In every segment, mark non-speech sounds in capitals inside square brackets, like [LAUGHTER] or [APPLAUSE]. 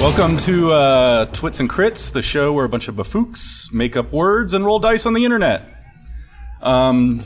Welcome to uh, Twits and Crits, the show where a bunch of bafooks make up words and roll dice on the internet. Um,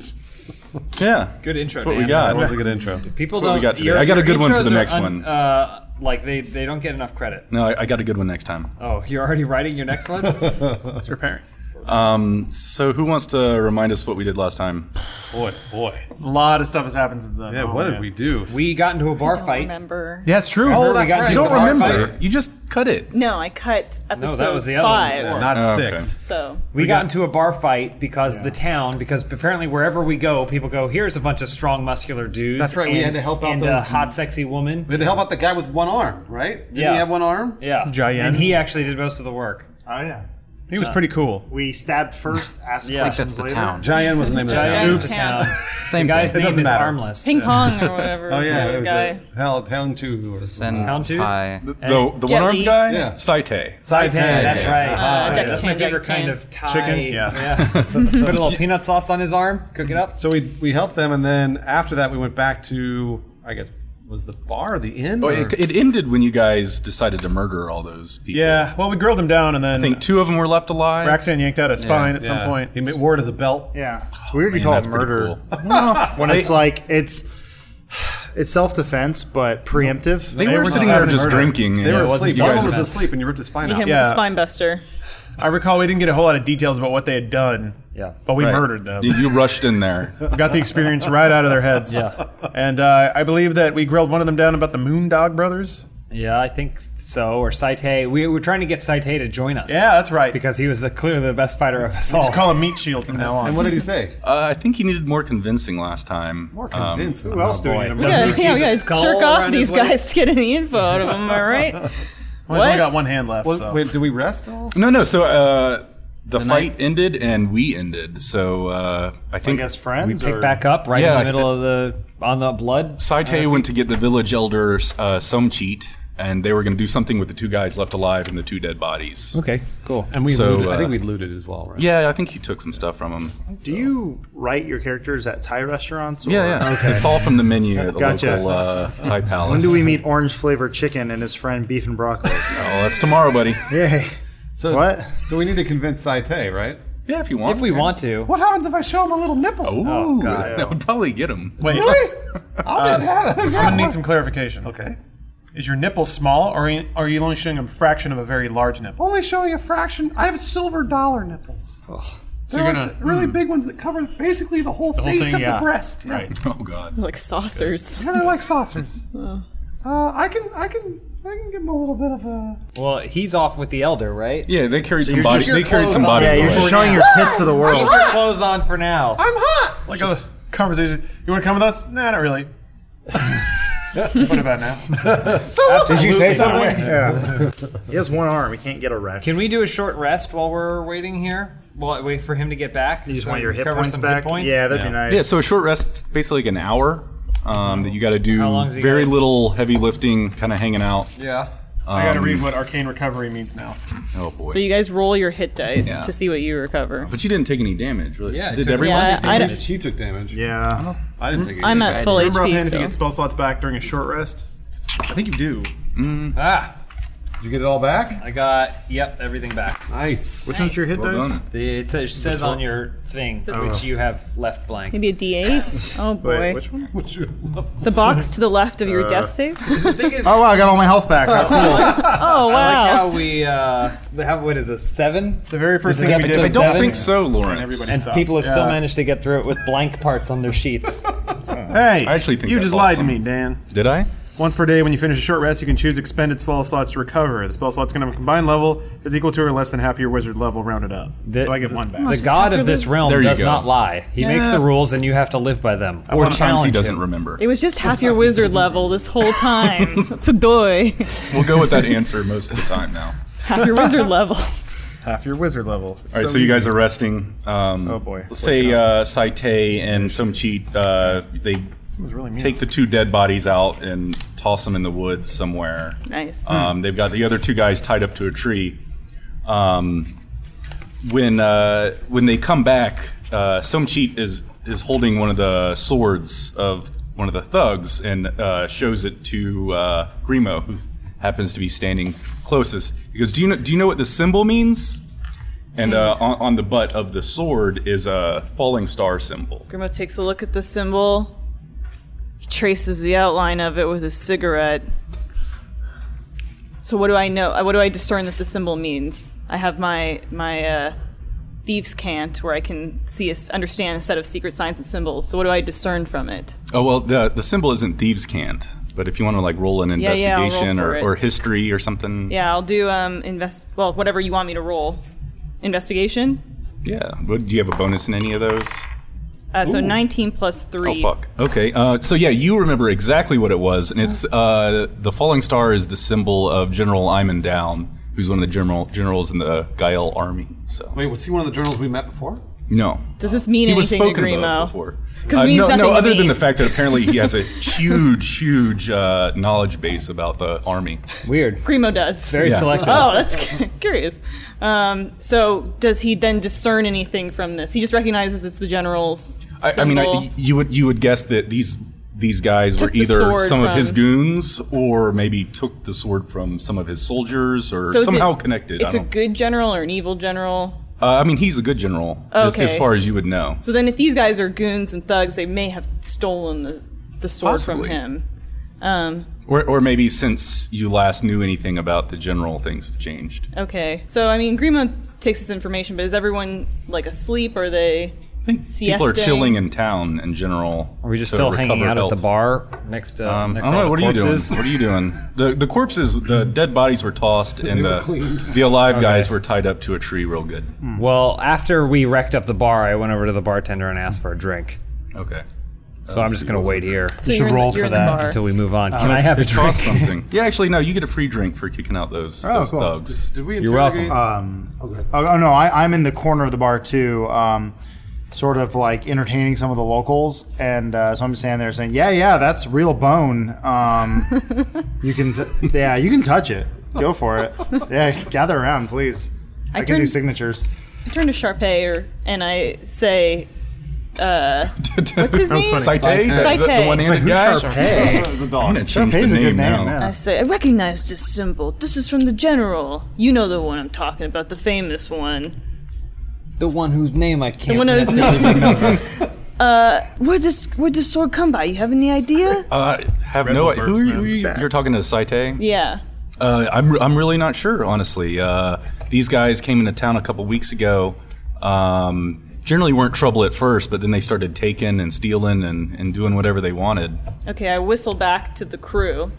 yeah, Good intro. that's what we Dan. got. That was a good [LAUGHS] intro. People That's what don't. we got today. your- I got a your good one for intros the are next un- one. Uh, like they they don't get enough credit. No, I, I got a good one next time. Oh, you're already writing your [LAUGHS] next one. All It's preparing. Um, so, who wants to remind us what we did last time? Boy, boy. A lot of stuff has happened since then. Yeah, Oh, what did man. we do? We got into a bar don't fight. remember. Yeah, it's true. Oh, Remember we that's got right. You into don't a bar remember. fight? You just cut it. No, I cut episode that was the other one five. before. Uh, Not Oh, okay. six. So We, got, into a bar fight because the town, because apparently wherever we go, people go. Here's a bunch of strong, muscular dudes. That's right, we and- had to help out and a those- hot, sexy woman. Mm-hmm. We had to help out the guy with one arm, right? Didn't Yeah. he have one arm? yeah, Giant. and he actually did most of the work. Uh, Oh yeah, he was pretty cool. We stabbed first, asked Yeah. I think questions that's the later. town. Giant was the name of the town. Giant's Oops. town. Same The guy's thing. name is doesn't matter. Armless. ping pong or [LAUGHS] whatever. Oh yeah, the it was guy. a hell, pound two. Or And Hound tooth? Thai. The, the one armed Jelly. guy? Yeah. Saite. Side Yeah, that's Yeah. right. Uh, Ah, Jackie that's my Chan, favorite Jackie kind Chan. of Thai. Chicken? Yeah. Put a little peanut sauce on his arm. Cook it up. So we we helped them, and then after that we went back to I guess was the bar the inn. Oh, or- it, it ended when you guys decided to murder all those people. Yeah. Well, we grilled him down, and then I think two of them were left alive. Raxan yanked out a spine at Yeah. some point. he ma- wore it as a belt. Yeah, it's weird I to mean, call that's it pretty murder cool. No, when they- it's like it's it's self defense but preemptive. They, were were sitting just there having just murder. drinking. They were and asleep. You One guys of them was were- asleep, and you ripped his spine Hit out. him Yeah. with spine buster. I recall we didn't get a whole lot of details about what they had done. Yeah. But we Right. [LAUGHS] murdered them. You- you rushed in there. We got the experience right out of their heads. Yeah. And uh, I believe that we grilled one of them down about the Moondog Brothers. Yeah, I think so. Or Saite. We were trying to get Saite to join us. Yeah, that's right. Because he was the clearly the best fighter of us all. Just call him Meat Shield from now And on. what did he say? Uh, I think he needed more convincing last time. More Um, convinced. Who else do we boy. need to Doesn't murder? Yeah, he see yeah, the we gotta skull jerk off around these his waist? guys to get any info out of them, all right? Well, he's only What? got one hand left. Well, so. Wait, did we rest at all? no, no. So uh, the, fight ended and we ended. So uh, I I think guess friends. Pick or- back up right Yeah, in the middle of the on the blood. Saite went to get the village elder uh, Somcheat, and they were going to do something with the two guys left alive and the two dead bodies. Okay, cool. And we So, looted. I uh, think we looted as well, right? Yeah, I think you took some stuff from him. Do you write your characters at Thai restaurants? Or Yeah, yeah. It's all from the menu at the Gotcha. local uh, Thai palace. When do we meet orange flavored chicken and his friend beef and broccoli? [LAUGHS] Oh, that's tomorrow, buddy. Yay! So What? So we need to convince Saite, right? Yeah, if you want. If we want to. What happens if I show him a little nipple? Ooh, [LAUGHS] God. that would probably get him. Wait, [LAUGHS] Really? I'll do that. Uh, I'm going to need some clarification. Okay. Is your nipple small, or are you- are you only showing a fraction of a very large nipple? Only showing a fraction. I have silver dollar nipples. They're you're like gonna- the really big ones that cover basically the whole face Hmm. thing, of yeah. the breast. Yeah. Right. Oh God. Like saucers. Yeah, they're like saucers. Uh, I can, I can, I can give them a little bit of a. Well, he's off with the elder, right? Yeah, they carried some you're bodies. just- They carried some clothes on. bodies. Yeah, you're away. just showing your tits to the world. Keep your clothes on for now. I'm hot. Like a conversation. You want to come with us? Nah, not really. what about now? So did you say something? He has one arm. He can't get erect. Can we do a short rest while we're waiting here? While wait for him to get back. you just So want your hit cover points some back? Hit points? Yeah, that'd be nice. Yeah, so a short rest's basically like an hour um, that you got to do. How long's he very got? little heavy lifting, kind of hanging out. Yeah. I got to read what arcane recovery means now. Oh boy! So you guys roll your hit dice Yeah. to see what you recover. but you didn't take any damage, really. Yeah, it did took- everyone? Yeah, I don't- She took damage. yeah. I didn't take any I'm damage. at full Remember offhand HP if you get spell still. slots back during a short rest? I think you do. Ah, Did you get it all back? I got yep everything back. Nice. Which one's your hit Well dice? done. The- It says, says on your thing, Oh. which you have left blank. Maybe a D8? Oh boy. Wait, which one? Which The box to the left of your death saves? Oh wow, I got all my health back. How cool. [LAUGHS] Oh I wow. like how we uh, how, what is this seven? The very first This thing is we did. I episode don't Seven. think so, Lawrence. everybody- And Stop. people have still Yeah. managed to get through it with blank parts on their sheets. Hey, I actually think you that's just lied awesome. to me, Dan. Did I? Once per day, when you finish a short rest, you can choose expended spell slots to recover. The spell slot's going to have a combined level is equal to or less than half your wizard level rounded up. The- so I get one back. The god of this realm There you does go. not lie. He makes the rules, and you have to live by them. Or Sometimes challenge he doesn't him. remember. It was just half your wizard level this whole time. [LAUGHS] Fadoy. We'll go [LAUGHS] with that answer most of the time now. Half your wizard level. [LAUGHS] half your wizard level. All right, so, you guys are resting. Um, Oh, boy. Let's say uh, Saite and Somcheat, uh, they really mean. take the two dead bodies out and toss them in the woods somewhere. Nice. Um, they've got the other two guys tied up to a tree. Um, when uh, when they come back, uh, Somcheat is is holding one of the swords of one of the thugs and uh, shows it to uh, Grimo, who happens to be standing closest. He goes, "Do you know? Do you know what the symbol means?" And uh, on, on the butt of the sword is a falling star symbol. Grimo takes a look at the symbol. He traces the outline of it with his cigarette. So what do I know? uh, What do I discern that the symbol means? I have my my uh, thieves' cant where I can see a s understand a set of secret signs and symbols. So what do I discern from it? Oh well, the the symbol isn't thieves' cant, but if you want to like roll an Yeah, yeah, I'll roll investigation for it. or, or history or something, Yeah, I'll do um invest. Well, whatever you want me to roll. Investigation. yeah. What, do you have a bonus in any of those? Uh, so Ooh. 19 plus Oh three. fuck. Okay. Uh, so yeah, you remember exactly what it was, and Uh-huh. it's uh, the falling star is the symbol of General Iman Down, who's one of the general generals in the Gael army. So Wait, was he one of the journals we met before? no. Does this mean He was anything to spoken Grimo? about before. Uh, 'Cause it means no, nothing no, to other than me. the fact that apparently he [LAUGHS] has a huge, huge uh, knowledge base about the army. Weird. Grimo does. Very Yeah. selective. Oh, that's [LAUGHS] curious. Um, so, does he then discern anything from this? He just recognizes it's the general's. I, I mean, symbol. I, you would you would guess that these these guys Took were the either sword some of his from- goons or maybe took the sword from some of his soldiers or So is somehow it- connected. It's I, a don't, good general or an evil general. uh, I mean, he's a good general as, Okay. as far as you would know. So then, if these guys are goons and thugs, they may have stolen the, the sword Possibly. from him. Um, Or, or maybe since you last knew anything about the general, things have changed. okay. So I mean, Grimo takes this information, but is everyone like asleep? Or are they? I think people are Siesting. chilling in town in general. Are we just to still hanging recover out health. at the bar next to? Um, I don't next to all know. the What are you doing? corpses? What are you doing? The the corpses, the dead bodies were tossed, and the the alive guys were tied up to a tree real good. Well, after we wrecked up the bar, I went over to the bartender and asked for a drink. Okay. So I'm just gonna wait here So should you're in the- roll you're for in the that bar. until we move on. Can I have a drink? Toss something. [LAUGHS] Yeah, actually, no. You get a free drink for kicking out those those cool. thugs. [LAUGHS] Oh, Did we You're interrogate? welcome. Oh, oh, no, I, I'm in the corner of the bar too, um, sort of like entertaining some of the locals, and uh, so I'm standing there saying, "Yeah, yeah, that's real bone. Um, you can, t- yeah, you can touch it. Go for it. Yeah, gather around, please. I, can do turned- signatures. I turn to Sharpay or, and I say, [LAUGHS] uh, What's his name? Saite, Saite. The, the, Saite. one handed Who's guy. Sharpay? the I'm dog. gonna change Sharpay's the a name good now. name. I Yeah. say, I recognize this symbol. This is from the general. You know the one I'm talking about, the famous one. The one whose name I can't one whose necessarily remember. Where Uh, this where this sword come by? You have any idea? Uh, have no. Who are you? who are you- You're talking to Saite. yeah. Uh, I'm, I'm really not sure, honestly. Uh, these guys came into town a couple weeks ago. Um, generally weren't trouble at first, but then they started taking and stealing and, and doing whatever they wanted. Okay, I whistle back to the crew.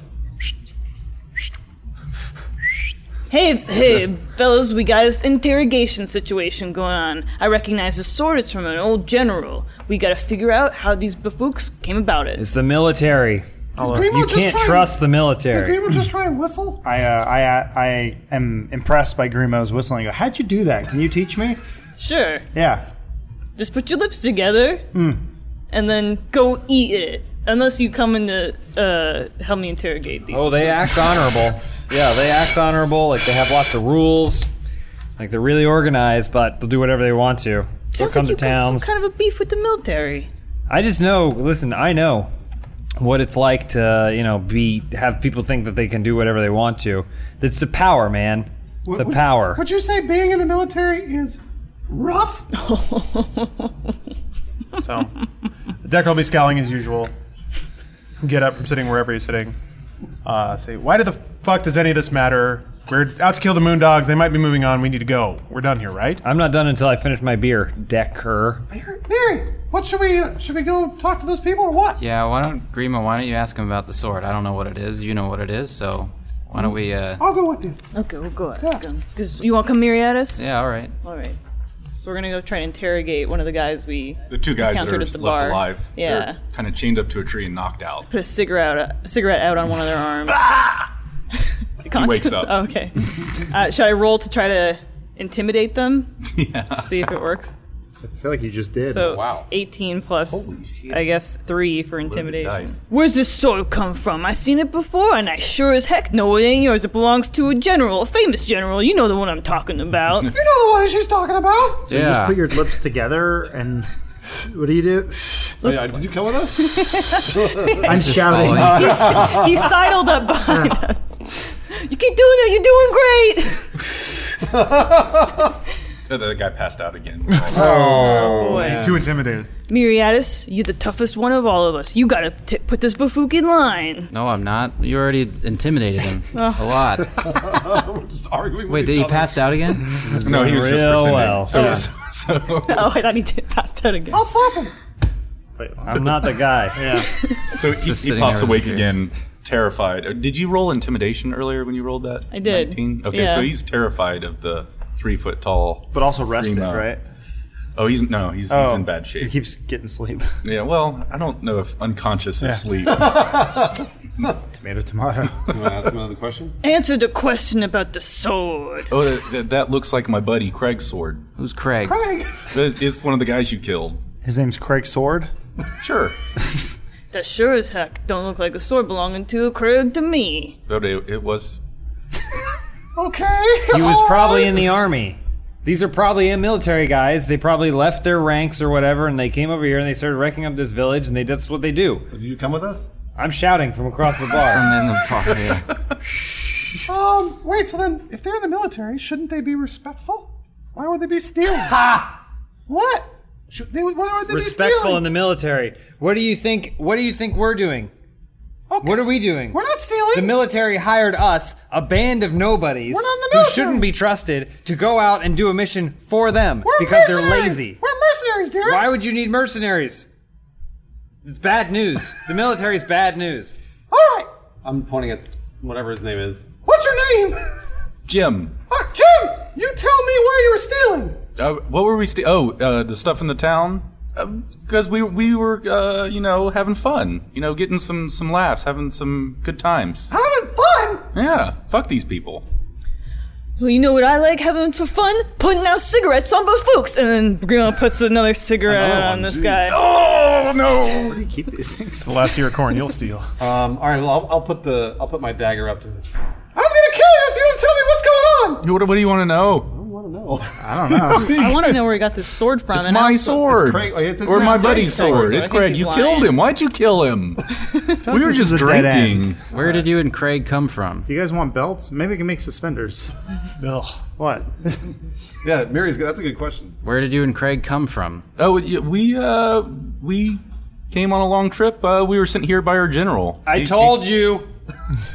Hey, hey, fellas, we got this interrogation situation going on. I recognize the sword is from an old general. We gotta figure out how these bafooks came about it. It's the military. You can't [LAUGHS] trust the military. just try and whistle? I, uh, I, I am impressed by Grimo's whistling. I go, How'd you do that? Can you teach me? Sure. Yeah. just put your lips together and then go eat it unless you come in to uh, help me interrogate these Oh, they act honorable. Yeah, they act honorable. Like they have lots of rules. Like they're really organized, but they'll do whatever they want to. They'll sounds come like to you got some towns. kind of a beef with the military I just know. Listen, I know what it's like to you know be have people think that they can do whatever they want to. That's the power, man. the power. Would you say being in the military is rough? So, Decker will be scowling as usual. Get up from sitting wherever he's sitting. Uh, say, why do the fuck does any of this matter? We're out to kill the moon dogs. They might be moving on. We need to go. We're done here, right? I'm not done until I finish my beer, Decker. Mary, what should we uh, should we go talk to those people or what? Yeah, why don't Grima? Why don't you ask him about the sword? I don't know what it is. You know what it is, so why don't we? uh I'll go with you. okay we'll go ask them because you want to come here at us Yeah, all right. all right so we're gonna go try and interrogate one of the guys we The two guys that are Encountered at left the bar. alive, Yeah. kind of chained up to a tree and knocked out. put a cigarette out, a cigarette out on one of their arms Is [LAUGHS] he conscious? wakes up. Oh, [LAUGHS] okay uh, should i roll to try to intimidate them yeah. see if it works I feel like you just did. So Wow. 18 plus, Holy shit. I guess, 3 for intimidation. dice. Where's this sword come from? I seen it before, and I sure as heck know it ain't yours. It belongs to a general, a famous general. You know the one I'm talking about. [LAUGHS] You know the one she's talking about. yeah. Just put your lips together and. What do you [LAUGHS] do? Yeah, did you come with us? I'm shouting. [LAUGHS] Following- [LAUGHS] he sidled up behind us. You keep doing it. You're doing great. The, the guy passed out [LAUGHS] again. He's too intimidated. [LAUGHS] Miriatis, you're the toughest one of all of us. You gotta t- put this bafook in line. [LAUGHS] No, I'm not. You already [LAUGHS] intimidated him a lot. Wait, did he pass out again? no, Oh, he was just Real pretending. well. So, Yeah. so, so, Oh, I thought he did pass out again. I'm not the guy. [LAUGHS] so he, Just he sitting pops there with awake the beer. again, terrified. Uh, Did you roll intimidation earlier when you rolled that? I did. 19? Okay, Yeah. so he's terrified of the three foot tall. but also rested, Primo. right? Oh, he's no, he's, he's in bad He shape. keeps getting sleep. [LAUGHS] Yeah, well, I don't know if unconscious is [LAUGHS] sleep. tomato, tomato. [LAUGHS] You want to ask another question? Answer the question about the sword. Oh, that, that, that looks like my buddy Craig's sword. Who's Craig? That- It's one of the guys you killed. His name's Craig Sword. Sure, That sure as heck don't look like a sword belonging to a Krug to me. but it, it was. Okay. He was probably in the army. These are probably military guys. They probably left their ranks or whatever, and they came over here and they started wrecking up this village, and they, that's what they do. So, did you come with us? I'm shouting from across the bar. I'm in the bar, yeah. Um, wait, so then if they're in the military, shouldn't they be respectful? Why would they be stealing? What? Should they, why would they be Respectful stealing? in the military. What do you think? What do you think we're doing? Okay. What are we doing? We're not stealing. The military hired us, a band of nobodies We're not in the who military. shouldn't be trusted, to go out and do a mission for them We're because they're mercenaries. lazy. We're mercenaries, Derek. Why would you need mercenaries? It's bad news. the military's bad news. All right. I'm pointing at whatever his name is. What's your name? Jim, Uh, Jim, you tell me why you were stealing. uh, what were we? St- oh, uh, the stuff in the town. Because we we were uh, you know having fun, you know, getting some some laughs, having some good times. Having fun. Yeah, fuck these people. Well, you know what I like having for fun? Putting out cigarettes on Bafooks. And then Grima puts another cigarette on this guy. Oh no! Keep these things. The last year of corn, you'll steal. Um, all right, well, I'll, I'll put the I'll put my dagger up to him. I'm gonna kill you if you don't tell me what's going on. What, what do you want to know? I don't know. I don't know. I want to know where he got this sword from. It's and my also- sword, Craig- oh, it's- it's or my Craig's buddy's Craig's sword. sword. I It's think Craig. he's You lying. killed him. Why'd you kill [LAUGHS] him? we were this just is a dead end. drinking. Where did you and Craig come from? [LAUGHS] Do you guys want belts? Maybe we can make suspenders. Ugh. What? Yeah, Mary's good. That's a good question. Where did you and Craig come from? Oh, y- we uh, we came on a long trip. Uh, we were sent here by our general. I He- told you. he,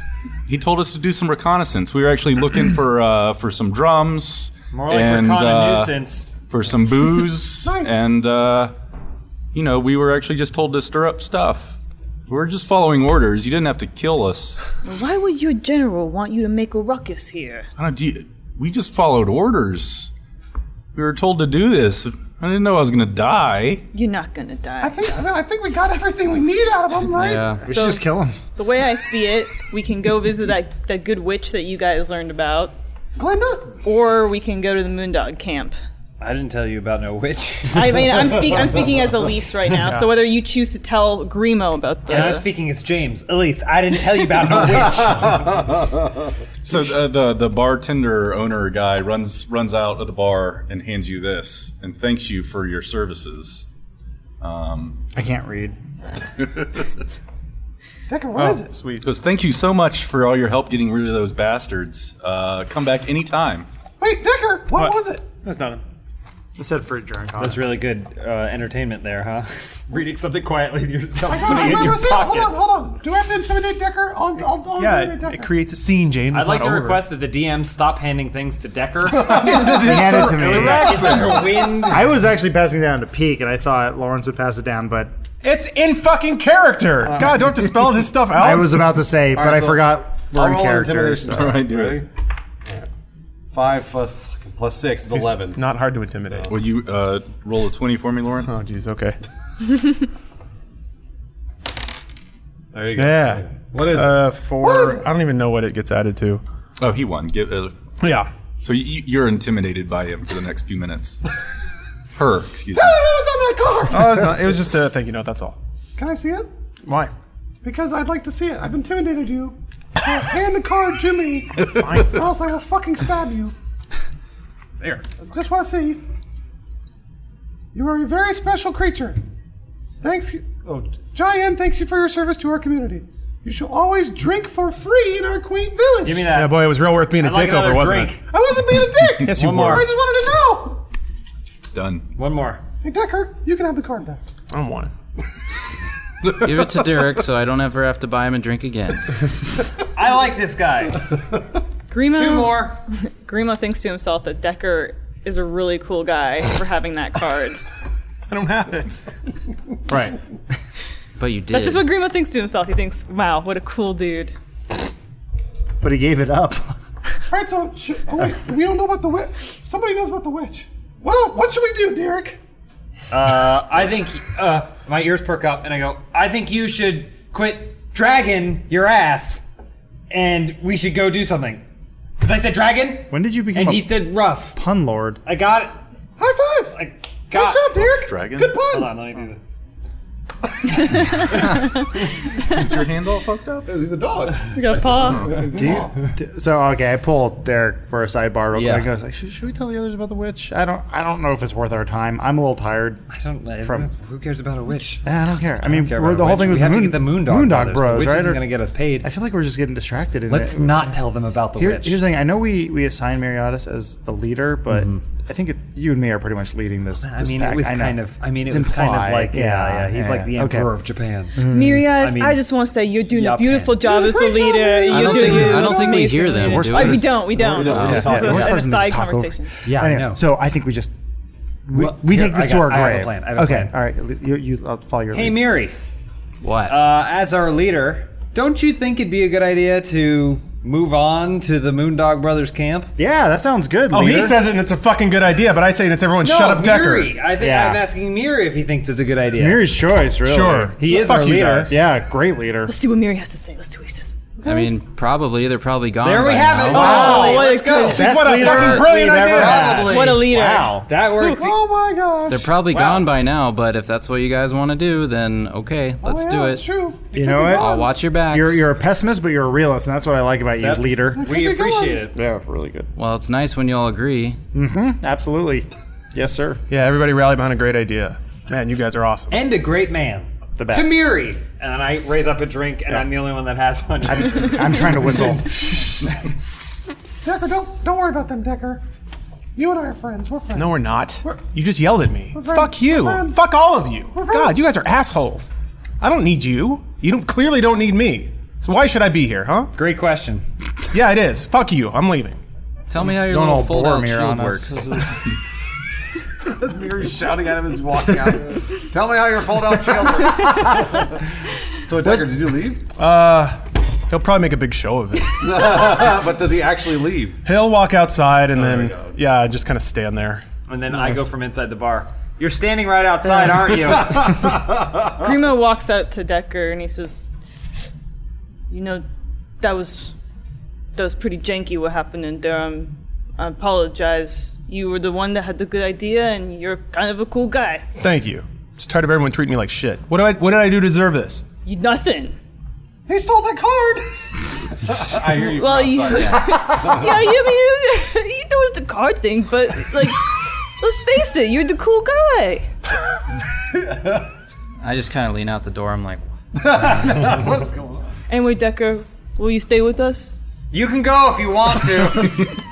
he told us to do some reconnaissance. We were actually looking for uh, for some drums More like and Rakana uh, nuisance. for some [LAUGHS] booze, and uh, you know we were actually just told to stir up stuff. We were just following orders. You didn't have to kill us. Why would your general want you to make a ruckus here? I don't, do you, we just followed orders. We were told to do this. I didn't know I was gonna die. You're not gonna die. I think I think we got everything we need out of him, right? Yeah. We should just kill him. The way I see it, we can go visit that, that good witch that you guys learned about, Glenda. or we can go to the Moondog camp. I didn't tell you about no witch. I mean, I'm, speak, I'm speaking as Elise right now, so whether you choose to tell Grimo about the. and [LAUGHS] I'm speaking as James. Elise, I didn't tell you about [LAUGHS] no witch. So uh, the the bartender owner guy runs runs out of the bar and hands you this and thanks you for your services. [LAUGHS] Um, I can't read. Decker, what Oh. is it? Oh, Sweet. goes thank you so much for all your help getting rid of those bastards. Uh, come back anytime. Wait, Decker, what, What? was it? That's nothing. It said fruit [LAUGHS] drink on That's it. really good uh, entertainment there, huh? [LAUGHS] Reading [LAUGHS] something quietly to yourself, I putting it in your remember seeing- Hold pocket. on, hold on. Do I have to intimidate Decker? I'll, I'll, I'll intimidate Yeah, it, Decker. it [LAUGHS] creates a scene, James. I'd It's like not to over. request that the DM stop handing things to [LAUGHS] Decker. He handed it to me. It's like a wind. I was actually passing down to Peak, and I thought Lawrence would pass it down, but It's in fucking character. Uh, God, don't have to spell this [LAUGHS] stuff out. [LAUGHS] I was about to say, but I so forgot I'll we're in roll character. intimidation. So. All right, do Ready? it. All right. Five plus, fucking plus six is eleven. Not hard to intimidate. Will you uh, roll a twenty for me, Lawrence? [LAUGHS] Oh, jeez. Okay. There you go. Yeah. What is Uh, four. What is it? I don't even know what it gets added to. Oh, he won. Give, uh, Yeah. so you, you're intimidated by him for the next few [LAUGHS] minutes. Her, excuse Tell me. him it was on that card. Uh, Oh, it's not, it was just a thank you note. That's all. Can I see it? Why? Because I'd like to see it. I've intimidated you. Now Hand the card to me, or else I will fucking stab you. There. Just want to see. You are a very special creature. Thanks. Oh, Giant thanks you for your service to our community. You shall always drink for free in our quaint village. Give me that. Yeah, boy, it was real worth being a I'd like dick over, another wasn't drink. it? I wasn't being a [LAUGHS] dick. Yes, you One more. were. I just wanted to know. Done. One more. Hey, Decker, you can have the card back. I don't want it. Give it to Derek so I don't ever have to buy him a drink again. I like this guy. Grima, Two [LAUGHS] more. Grima thinks to himself that Decker is a really cool guy for having that card. I don't have it. Right. But you did. This is what Grima thinks to himself. He thinks, wow, what a cool dude. But he gave it up. [LAUGHS] All right, so sh- oh, wait, we don't know about the witch. Somebody knows about the witch. What? What should we do, Derek? Uh, I think uh, my ears perk up, and I go. I think you should quit dragging your ass, and we should go do something. Cause I said dragon, When did you become and a he said rough. pun lord? I got it. High five. I got. Good job, Derek. Dragon? Good Hold pun. on, let me do this. [LAUGHS] Is your hand all fucked up? He's a dog. You got [LAUGHS] a paw. Do you, d- so okay, I pulled Derek for a sidebar real Yeah. quick. I was like, should, should we tell the others about the witch? I don't. I don't know if it's worth our time. I'm a little tired. I don't. know. From- who cares about a witch? I don't care. I, mean, Care we're, about the a whole witch. thing was we have moon, to get the Moondog, Brothers. The Moondog Bros, witch right? isn't Or- going to get us paid. I feel like we're just getting distracted. In Let's it. not tell them about the Here- witch. here's the thing. I know we we assign Mariotis as the leader, but I think it, you and me are pretty much leading this. Mm-hmm. I this mean, pack. it was know. kind of. I mean, it It's was kind of implied. like, yeah, yeah. He's like the yeah. Okay. emperor of Japan. Miri eyes, I, I mean- just want to say you're doing Yup. a beautiful job as the Great job, leader. Miri. You're I don't doing think an I don't think we amazing hear them. leader. do I- Like, we? we don't, we don't. don't. This Yeah, is yeah. a- an Worst person to just aside talk over. conversation. Yeah, Anyway, I know. So I think we just we, Well, we here, take this I to got- our I grave. have a plan, I have a okay, plan. all right. You, you I'll follow your Hey, lead. Miri. What? Uh, as our leader, don't you think it'd be a good idea to move on to the Moondog Brothers camp? Yeah, that sounds good. Oh, he leader. says it and it's a fucking good idea, but I say it's everyone shut up, Decker. Miri. I think Yeah. I'm asking Miri if he thinks it's a good idea. Miri's choice, really. Sure. He is Fuck our you leader. guys. Yeah, great leader. Let's see what Miri has to say. Let's see what he says. I mean, probably they're probably gone. There we by have it. now. Wow, what a let's go. good- Best What a leader fucking brilliant we've ever idea. had. What a leader. Wow. That worked. Oh my gosh. They're probably gone by now. But if that's what you guys want to do, then okay, let's Oh, yeah, do it. It's true. You know I'll what? watch your backs. You're you're a pessimist, but you're a realist, and that's what I like about you, That's- leader. We Keep it going. appreciate it. Yeah, really good. well, it's nice when y'all agree. Absolutely. Yes, sir. Yeah, everybody rally behind a great idea. Man, you guys are awesome. And a great man. The best. To Miri. And I raise up a drink, and I'm the only one that has one. I'm trying to whistle. Decker, don't don't worry about them, Decker. You and I are friends. We're friends. No, we're not. you just yelled at me. friends. Fuck you. We're friends. Fuck all of you. We're friends. God, you guys are assholes. I don't need you. You don't, clearly don't need me. So why should I be here, huh? [LAUGHS] great question. Yeah, it is. Fuck you. I'm leaving. Tell me how your Don't little all bore fold-out me shield on works. us. [LAUGHS] Miri's shouting at him as he's walking out. Tell me how your fold out shield works. so, Decker, did you leave? Uh, He'll probably make a big show of it. Uh, but does he actually leave? [LAUGHS] He'll walk outside and we then, go. yeah, just kind of stand there. And then I go from inside the bar. You're standing right [LAUGHS] outside, aren't you? Grima walks out to Decker and he says, "You know, that was that was pretty janky. What happened in there? Um, I apologize. You were the one that had the good idea, and you're kind of a cool guy. Thank you. Just tired of everyone treating me like shit. What, do I, what did I do to deserve this? You nothing. He stole that card. I hear you. Well, you, [LAUGHS] yeah, you I mean you was the card thing, but like, let's face it, you're the cool guy. I just kind of lean out the door. I'm like, What's going on? Anyway, Decker, will you stay with us? you can go if you want to.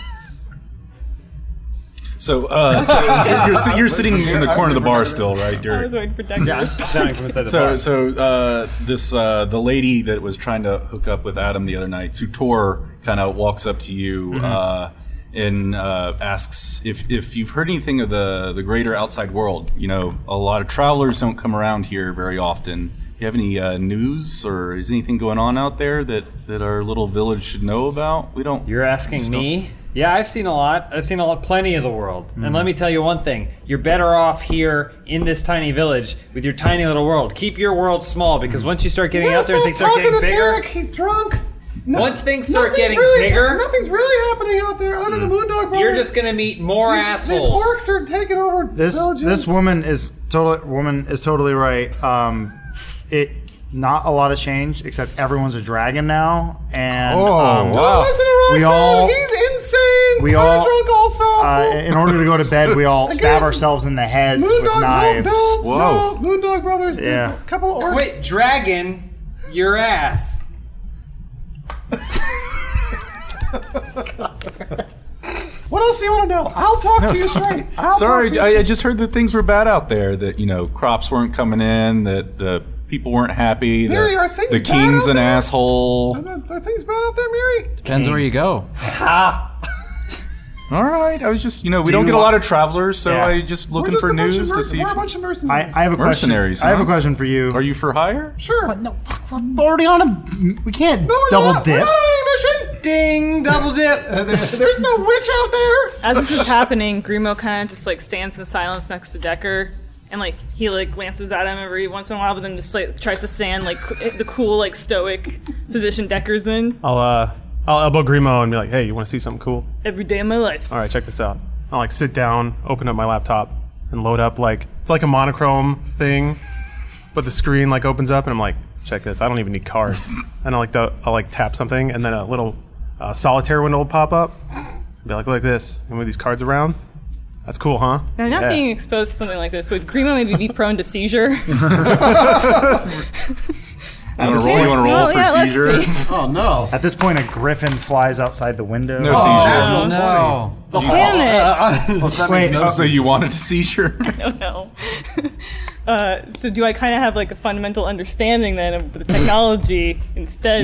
So, uh, so you're, si- you're sitting in the corner of the bar still, right? I You're, was waiting for Decker. standing from inside the So, so uh, this uh, the lady that was trying to hook up with Adam the other night, Sutor, kind of walks up to you Mm-hmm. uh, and uh, asks if if you've heard anything of the the greater outside world. You know, a lot of travelers don't come around here very often. You have any uh, news or is anything going on out there that that our little village should know about? We don't. You're asking me? Yeah, I've seen a lot. I've seen a lot, plenty of the world. And Hmm. let me tell you one thing: you're better off here in this tiny village with your tiny little world. Keep your world small because Hmm. once you start getting out there, and Stop things start talking getting to bigger. Derek. He's drunk. No- Once things start nothing's getting really, bigger- nothing's really happening out there other than the Moondog Brothers. You're just gonna meet more these, assholes. These orcs are taking over This villages. this woman is totally woman is totally right. Um, it not a lot has changed except everyone's a dragon now, and um, Oh, listen to Roxanne. We all- He's insane. we I'm all- drunk also. uh, in order to go to bed, we [LAUGHS] all stab Again. ourselves in the heads with Moondog, knives. No, no, Whoa. no, Moondog Brothers. There's Yeah. a couple of orcs. Quit dragging your ass. What else do you want to know? I'll talk No, to you sorry. straight. I'll sorry, talk to you I, I straight. just heard that things were bad out there. That you know, crops weren't coming in. That the people weren't happy. Mary, the, are things the bad king's out an there? asshole. Are things bad out there, Mary? Depends where you go. All right, I was just you know we Do do not you get a want- lot of travelers, so Yeah. I just looking just for a bunch of news mer- to see. we're a if- bunch of mercenaries. I, I have a question. mercenaries. I have a huh? question for you. Are you for hire? Sure. no, fuck, we're already on a. We can't double dip. mission. Ding, double dip. There's, there's no witch out there. As this is happening, Grimo kind of just like stands in silence next to Decker, and like he like glances at him every once in a while, but then just like tries to stand like c- the cool like stoic position Decker's in. I'll uh, I'll elbow Grimo and be like, "Hey, you want to see something cool? Every day of my life, All right, check this out." I'll like sit down, open up my laptop, and load up like it's like a monochrome thing, but the screen like opens up, and I'm like, "Check this! I don't even need cards." and I like the I'll like tap something, and then a little uh, solitaire window will pop up. Be like, "Look at this!" And move these cards around. That's cool, huh? now not Yeah. being exposed to something like this, would Grimo maybe be prone to seizure? You want to roll? You want to roll Oh, for yeah, let's seizure? see. Oh no! Oh, At this point, a griffin flies outside the window. No seizure. Natural no. twenty. Oh. Damn it! Well, Oh, that Wait, makes no uh, So you wanted a seizure? don't know. [LAUGHS] uh, so do I kind of have like a fundamental understanding then of the technology instead?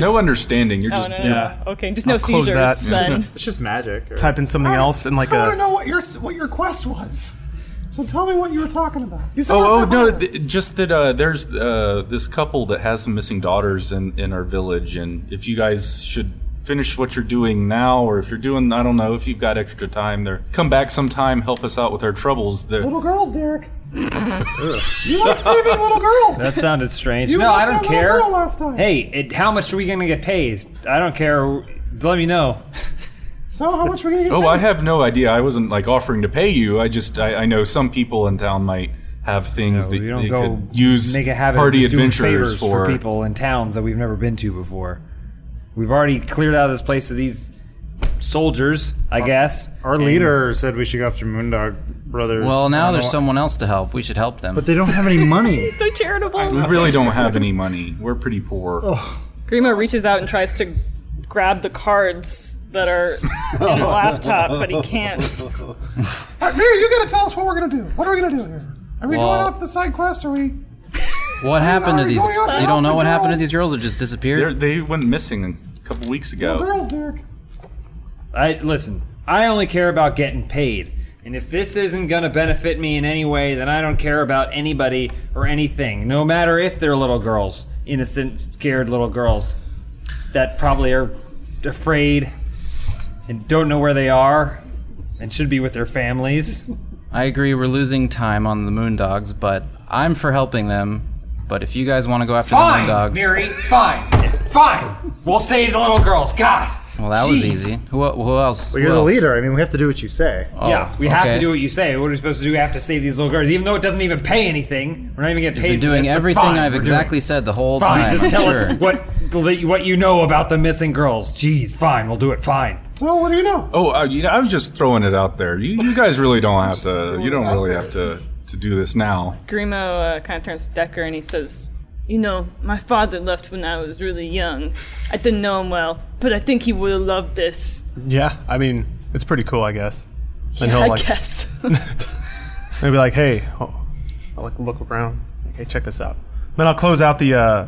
[LAUGHS] no understanding. You're Oh, just no, no, no. yeah. Okay, just no I'll close seizures that. [LAUGHS] Yeah. then. It's just magic. Or... Type in something else and like I want to a know what your what your quest was. So tell me what you were talking about. You said Oh, oh we're for no! hire. Th- just that uh, there's uh, this couple that has some missing daughters in, in our village, and if you guys should finish what you're doing now, or if you're doing, I don't know, if you've got extra time, there, come back sometime, help us out with our troubles. There, little girls, [LAUGHS] Derek. you like saving little girls. That sounded strange. you no, like I don't that little care. Girl last time. Hey, it, how much are we gonna get paid? I don't care. Let me know. So how much we gonna get? oh, paid? I have no idea. I wasn't like offering to pay you. I just, I, I know some people in town might have things No, that we don't they go could use make a habit party of just doing adventures favors for. people in towns that we've never been to before. We've already cleared out this place to these soldiers, I guess. Our And- leader said we should go after Moondog Brothers. Well, I now don't there's know- someone else to help. We should help them. But they don't have any [LAUGHS] money. So charitable. We really don't have any money. We're pretty [LAUGHS] poor. Oh. Grimo reaches out and tries to grab the cards that are [LAUGHS] in the laptop, but he can't. All right, Mary, you gotta tell us what we're gonna do. What are we gonna do here? Are we Well- going off the side quest? Or are we? what happened to Are these? you going out to You help don't know the what happened to girls? these girls? That just They're, disappeared. they went missing a couple weeks ago. Girls, Derek. I listen. I only care about getting paid. And if this isn't going to benefit me in any way, then I don't care about anybody or anything, no matter if they're little girls, innocent, scared little girls that probably are afraid and don't know where they are and should be with their families. I agree. We're losing time on the Moondogs, but I'm for helping them. But if you guys want to go after Fine, the Moondogs, Mary, fine. Fine. We'll save the little girls. God. well, that was Jeez. easy. Who, who else? You're who the else? leader. I mean, we have to do what you say. Oh, yeah, we have okay. to do what you say. What are we supposed to do? We have to save these little girls, even though it doesn't even pay anything. We're not even getting paid. You're for doing this, but everything fine, I've we're doing it. exactly said the whole Fine, time. just I'm tell sure. us what what you know about the missing girls. Jeez, fine, we'll do it. Fine. So what do you know? Oh, uh, you know, I was just throwing it out there. You, you guys really don't have to. You don't really have to to do this now. Grimo uh, kind of turns to Decker and he says, You know, my father left when I was really young. I didn't know him well, but I think he would have loved this. yeah. I mean, it's pretty cool, I guess. And I like guess. [LAUGHS] Maybe like, hey, oh, I'll like look around. Like, hey, check this out. Then I'll close out the uh,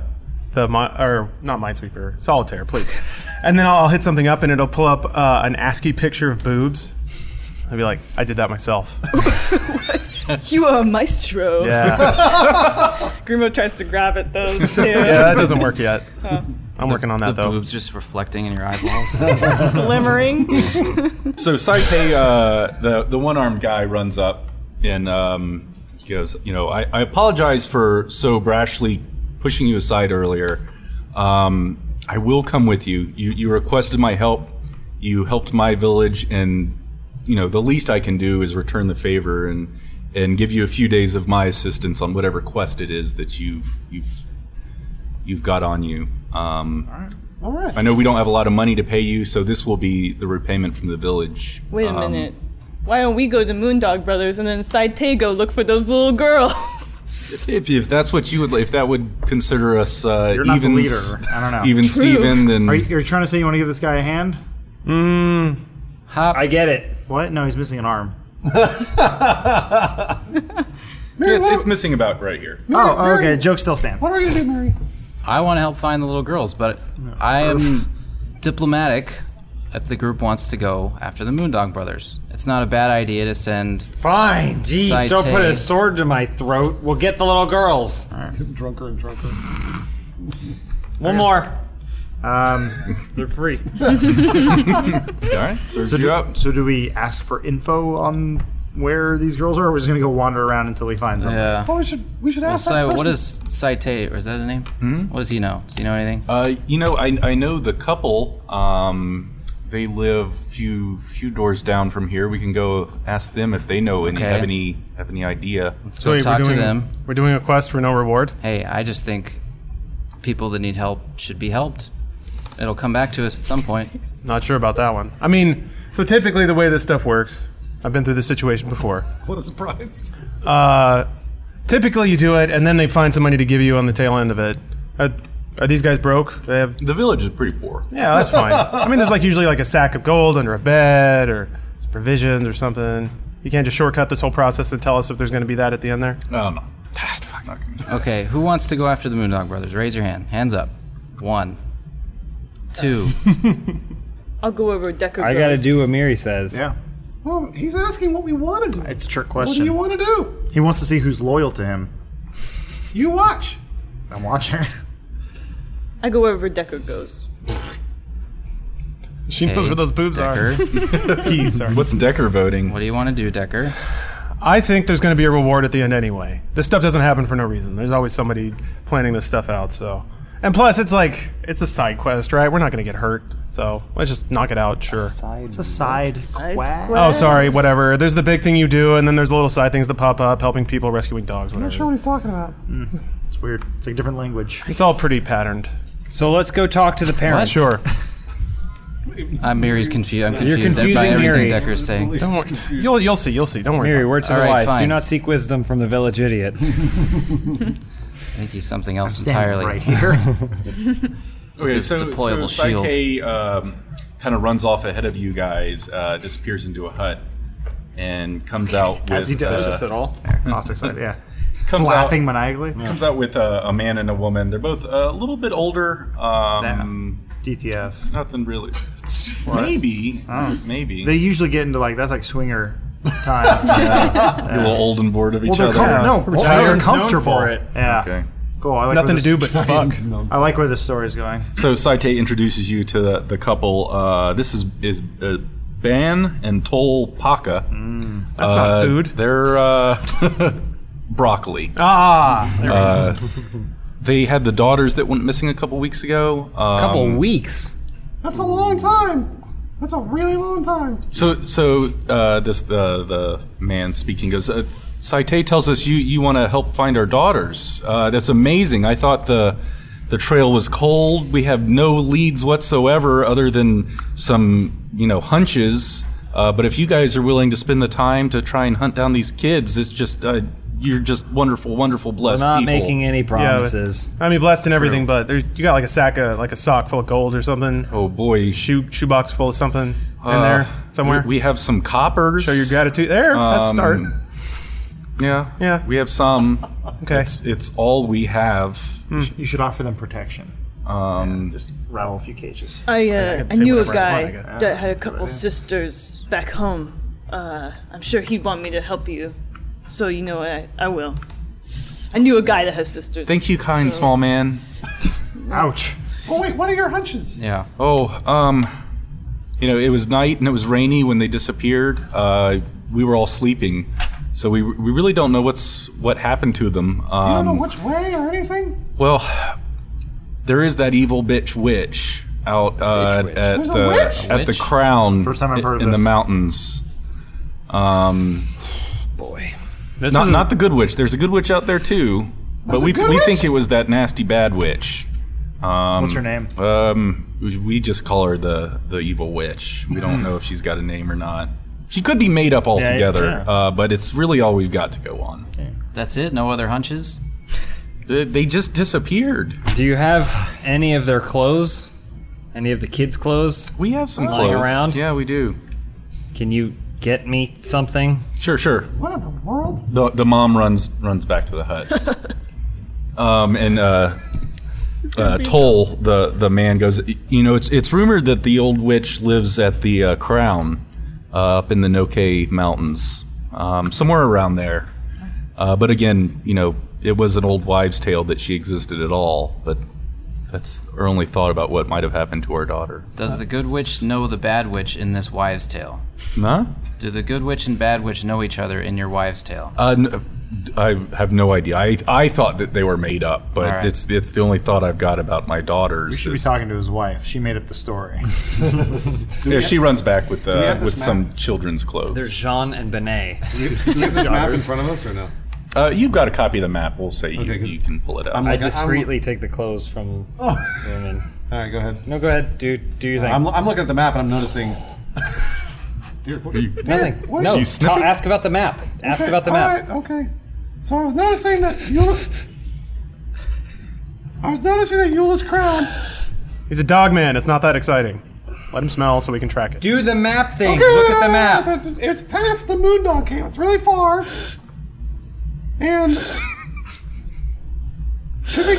the mi- or not Minesweeper, Solitaire, [LAUGHS] please. and then I'll hit something up, and it'll pull up uh, an ASCII picture of boobs. I'll be like, I did that [LAUGHS] myself. you are a maestro. Yeah, Grimo tries to grab at those two. yeah, that doesn't work yet. I'm working on The that though. boobs just reflecting in your eyeballs. Glimmering. So Saite, uh, the the one armed guy, runs up and um, he goes, "You know, I, I apologize for so brashly pushing you aside earlier. Um, I will come with you. You you requested my help. You helped my village, and you know the least I can do is return the favor and and give you a few days of my assistance on whatever quest it is that you've you've you've got on you." Um, All right. I know we don't have a lot of money to pay you, so this will be the repayment from the village. Wait a Um, minute. Why don't we go to Moondog Brothers and then Saite go look for those little girls? [LAUGHS] If, if that's what you would, if that would consider us uh, You're not the even, leader. I don't know. even Steven, then Um, Are you, are you trying to say you want to give this guy a hand? Mm. Hop. I get it. What? No, he's missing an arm. it's, it's missing about right here. oh, okay. Joke still stands. What are we gonna do, Mary? I want to help find the little girls, but I am diplomatic if the group wants to go after the Moondog Brothers. It's not a bad idea to send. Fine, jeez, don't put a sword to my throat. We'll get the little girls. [LAUGHS] drunker and drunker. One more. Um, They're free. serves so you do, up. So do we ask for info on where these girls are, or we're just gonna go wander around until we find something? Yeah. Well, we should we should Well, ask that Sai- uh, what question. is Saite, or is that his name? Hmm? Mm-hmm. What does he know? Does he know anything? Uh, you know, I, I know the couple. Um, they live few few doors down from here. We can go ask them if they know any Okay. have any have any idea. Let's go talk to doing, them. We're doing a quest for no reward. Hey, I just think people that need help should be helped. It'll come back to us at some point. Not sure about that one. I mean, so typically the way this stuff works, I've been through this situation before. What a surprise! Uh, typically you do it, and then they find some money to give you on the tail end of it. Are, are these guys broke? They have the village is pretty poor. Yeah, that's fine. I mean, there's like usually like a sack of gold under a bed or some provisions or something. You can't just shortcut this whole process and tell us if there's going to be that at the end there. Oh no. [SIGHS] Okay, who wants to go after the Moondog Brothers? Raise your hand. Hands up. One, two. I'll go over Decker. I gotta do what Miri says. Yeah. Well, he's asking what we want to do. It's a trick What do question. you want to do? he wants to see who's loyal to him. You watch. I'm watching. [LAUGHS] I go wherever Decker goes. She knows where those boobs are. He, sorry. What's Decker voting? What do you want to do, Decker? I think there's going to be a reward at the end anyway. This stuff doesn't happen for no reason. There's always somebody planning this stuff out. So, and plus, it's like it's a side quest, right? We're not going to get hurt, so let's just knock it out. Sure. It's a side, quack. Oh, sorry, whatever. There's the big thing you do, and then there's little side things that pop up, helping people, rescuing dogs, I'm whatever. not sure what he's talking about. It's weird. It's like a different language. It's all pretty patterned. So let's go talk to the parents. Sure. I'm Mary's confused. I'm You're confused by confusing everything Miri. Decker's saying. Don't worry. You'll, you'll see. You'll see. Don't worry. Miri, words All of right, wise. Do fine. not seek wisdom from the village idiot. I think he's something else standing entirely. right here. Okay, Just so, deployable so shield. Saite um, kind of runs off ahead of you guys, uh, disappears into a hut, and comes out with As he does. uh, At all. Yeah, classic side, [LAUGHS] yeah. Comes Laughing out- maniacally. Comes out with a, a man and a woman. They're both a little bit older. Um, DTF. Nothing really. What? Maybe. I don't know. Maybe. They usually get into like that's like swinger [LAUGHS] time. yeah. Get a little old and bored of Well, each they're other. com- no, well, they're Retirement's known comfortable. for it. Yeah. Okay. Cool. I like Nothing where to do this- but fuck. I like where this story is going. So Saite introduces you to the, the couple. Uh, this is is uh, Ban and Tol Paka. That's not food. They're uh, [LAUGHS] broccoli. Ah, there we Uh, go. they had the daughters that went missing a couple weeks ago. Um, [LAUGHS] Couple weeks. That's a long time. That's a really long time. So, so uh, this the the man speaking goes. Uh, Saite tells us you you want to help find our daughters. Uh, that's amazing. I thought the the trail was cold. We have no leads whatsoever, other than some you know hunches. Uh, but if you guys are willing to spend the time to try and hunt down these kids, it's just uh, you're just wonderful, wonderful, blessed. people. Yeah, but- I mean, blessed and everything, but there, you got like a sack of like a sock full of gold or something. Oh boy, shoe shoebox full of something in Uh, there somewhere. We, we have some coppers. Show your gratitude. There, let's Um, start. Yeah. Yeah. We have some. Okay. It's, it's all we have. You should offer them protection. Um, just rattle a few cages. I, I uh, can I say knew a whatever I guy want, I guess. that had a couple sisters back home. Uh, I'm sure he'd want me to help you, so you know I, I will. I knew a guy that has sisters. Thank you, kind so- small man. Ouch. Oh wait, what are your hunches? Yeah. Oh, um, you know, it was night and it was rainy when they disappeared. Uh, we were all sleeping, so we we really don't know what's what happened to them. Um, you don't know which way or anything. Well, there is that evil bitch witch out uh, at There's a the witch? at the Witch? crown. First time I've heard of in this. the mountains. Um, boy, This not is- not the good witch. There's a good witch out there too, but There's a we good we witch? think it was that nasty bad witch. Um, What's her name? Um, we- we just call her the the evil witch. We don't know if she's got a name or not. She could be made up altogether, yeah. Uh, but it's really all we've got to go on. That's it. No other hunches. They, they just disappeared. Do you have any of their clothes? Any of the kids' clothes? We have some lying clothes. around. Yeah, we do. Can you get me something? Sure, sure. What in the world? The, the mom runs runs back to the hut, um, and uh, uh, Toll the the man goes. You know, it's it's rumored that the old witch lives at the uh, Crown, uh, up in the Noke Mountains, um, somewhere around there. Uh, but again, you know, it was an old wives' tale that she existed at all. But that's her only thought about what might have happened to her daughter. Does the good witch know the bad witch in this wives' tale? Huh? Do the good witch and bad witch know each other in your wives' tale? Uh, n- I have no idea. I I thought that they were made up, but All right. it's it's the only thought I've got about my daughters. We should be is- talking to his wife. She made up [LAUGHS] the story. yeah, she runs back with Do we uh, have this with map? some children's clothes. There's Jean and Benet. Do [LAUGHS] you, do you have this map in front of us or no? Uh, you've got a copy of the map. We'll say Okay, you, 'cause you can pull it up. I'm I like- I'm- discreetly take the clothes from Oh. the women. [LAUGHS] All right, go ahead. No, go ahead. Do do your thing. I'm, I'm looking at the map and I'm noticing. Dear, what- Nothing. what- no. You ta- sniffing? ask about the map. Ask Okay, about the all map. right, okay. So I was noticing that Eula. I was noticing that Eula's crown. He's a dog man. It's not that exciting. Let him smell so we can track it. Do the map thing. Look at the map. uh, It's past the Moondog Camp. It's really far. And should we?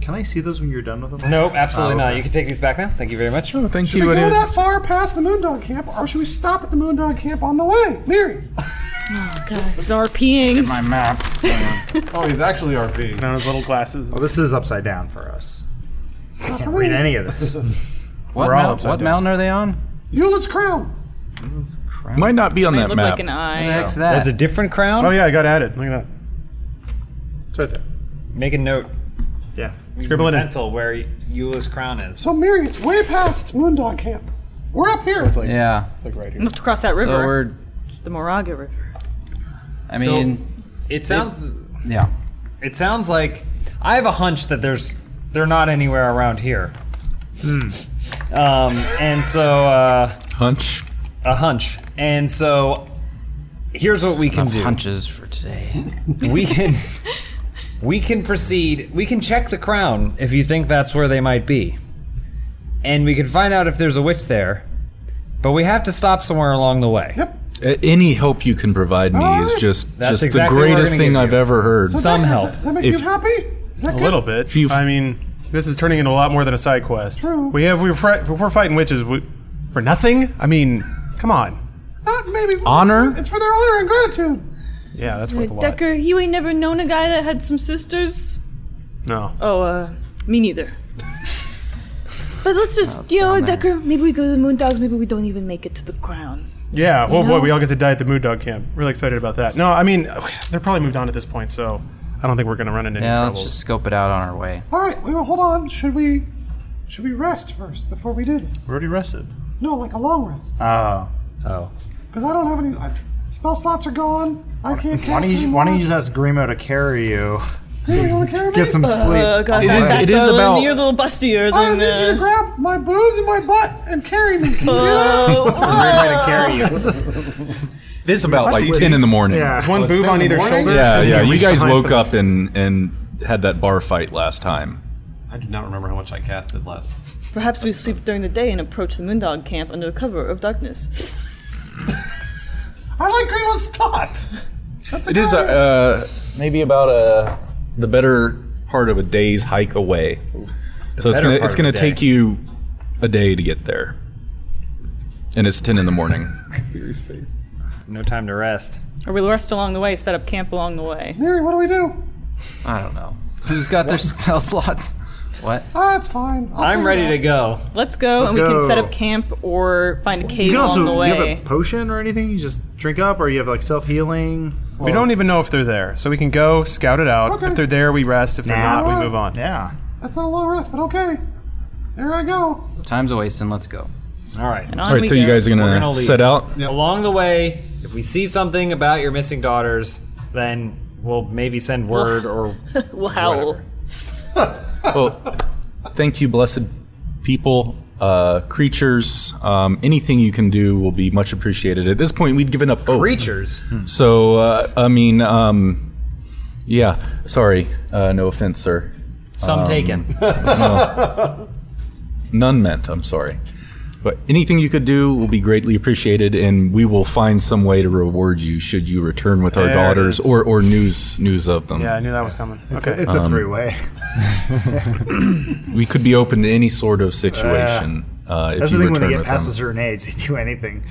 Can I see those when you're done with them? Nope, absolutely not. You can take these back now. Thank you very much. thank Should we go that far past the Moondog Camp, or should we stop at the Moondog Camp on the way? Mary, He's RPing. My map. [LAUGHS] oh, he's actually RP. And his little glasses. Well, Oh, this is upside down for us. how can Can't we? read any of this. What, We're all mount- upside what down. mountain are they on? Eula's crown. Might not be on It that looked map. like an What the eye. heck's that? That's a different crown. [LAUGHS] Oh yeah, I got added. Look at that. It's right there. Make a note. Yeah. Using Scribble a it in. pencil where Eula's crown is. So Mary, it's way past Moondog Camp. We're up here. It's like yeah. It's like right We here. have to cross that So river. we're. the Moraga River. I mean, It sounds. yeah. It sounds like I have a hunch that there's they're not anywhere around here. Um, and so uh, Hunch. a hunch. And so here's what we can Enough do. hunches for today. we can we can proceed we can check the crown if you think that's where they might be and we can find out if there's a witch there but we have to stop somewhere along the way yep. A- Any help you can provide me is just That's just exactly what the we're greatest gonna thing give I've you. ever heard. some help Does that make If- you happy? Is that A good? little bit. you've- I mean, this is turning into a lot more than a side quest. True. We have we're, fri- we're fighting witches we, for nothing. I mean, come on. Not Ah, maybe Honor? It's for their honor and gratitude. Yeah, that's worth a lot. Decker, you ain't never known a guy that had some sisters. No. Oh, uh, me neither. but let's just, you know, Decker, maybe we go to the Moondogs, maybe we don't even make it to the crown. Yeah. Well, know? boy, we all get to die at the Mood Dog camp. Really excited about that. No, I mean, [SIGHS] they're probably moved on at this point, so I don't think we're gonna run into any Yeah, let's trouble. just scope it out on our way. All right, wait, well, hold on. Should we? Should we rest first before we do this? We're already rested. No, like a long rest. Oh. oh Because I don't have any I, spell slots are gone. I can't cast Why don't you anymore. Why don't you just ask Grimo to carry you? Hey, you wanna carry me? Get some sleep. Uh, God, It that is- back it is bone, about- You're a little bustier Oh, I than. need you to Uh, grab my boobs and my butt and carry me. Can you do that? oh, It is about like ten in the morning. Yeah. One boob on either shoulder. yeah. and yeah. we You reach guys behind woke for- up and and had that bar fight last time. I do not remember how much I casted last. perhaps we sleep during the day and approach the Moondog camp under cover of darkness. I like Greenwell's thought. That's a It is good uh, idea. uh, maybe about a the better part of a day's hike away. So it's better gonna part it's of gonna a day. take you a day to get there, and it's ten in the morning. no time to rest Or we'll rest along the way, set up camp along the way. Mary, what do we do? I don't know. Who's got their spell slots? What? Ah, it's fine. I'll i'm figure ready it to out. go Let's go, and we go. can set up camp or find a cave You can along also the do you have way. a potion or anything. You just drink up, or you have like self healing. We don't even know if they're there, so we can go scout it out. Okay. If they're there, we rest. If they're Nah. not, we move on. Yeah. That's not a long rest, but okay. There I go. [LAUGHS] Time's a waste and let's go. all right And on All right, we so you go. guys are gonna, We're gonna leave. set out. along the way if we see something about your missing daughters then we'll maybe send word or We'll howl. Well, thank you, blessed people, uh, creatures. Um, anything you can do will be much appreciated. At this point, we'd given up hope. creatures So uh, I mean, um, yeah. Sorry, uh, no offense, sir. some taken None meant, I'm sorry. But anything you could do will be greatly appreciated, and we will find some way to reward you should you return with our There it daughters is. or, or news news of them. Yeah, I knew that was coming. It's okay, a, it's a Um, three-way. We could be open to any sort of situation uh, if That's you the return thing when they get with past them. a certain age, they do anything. [LAUGHS]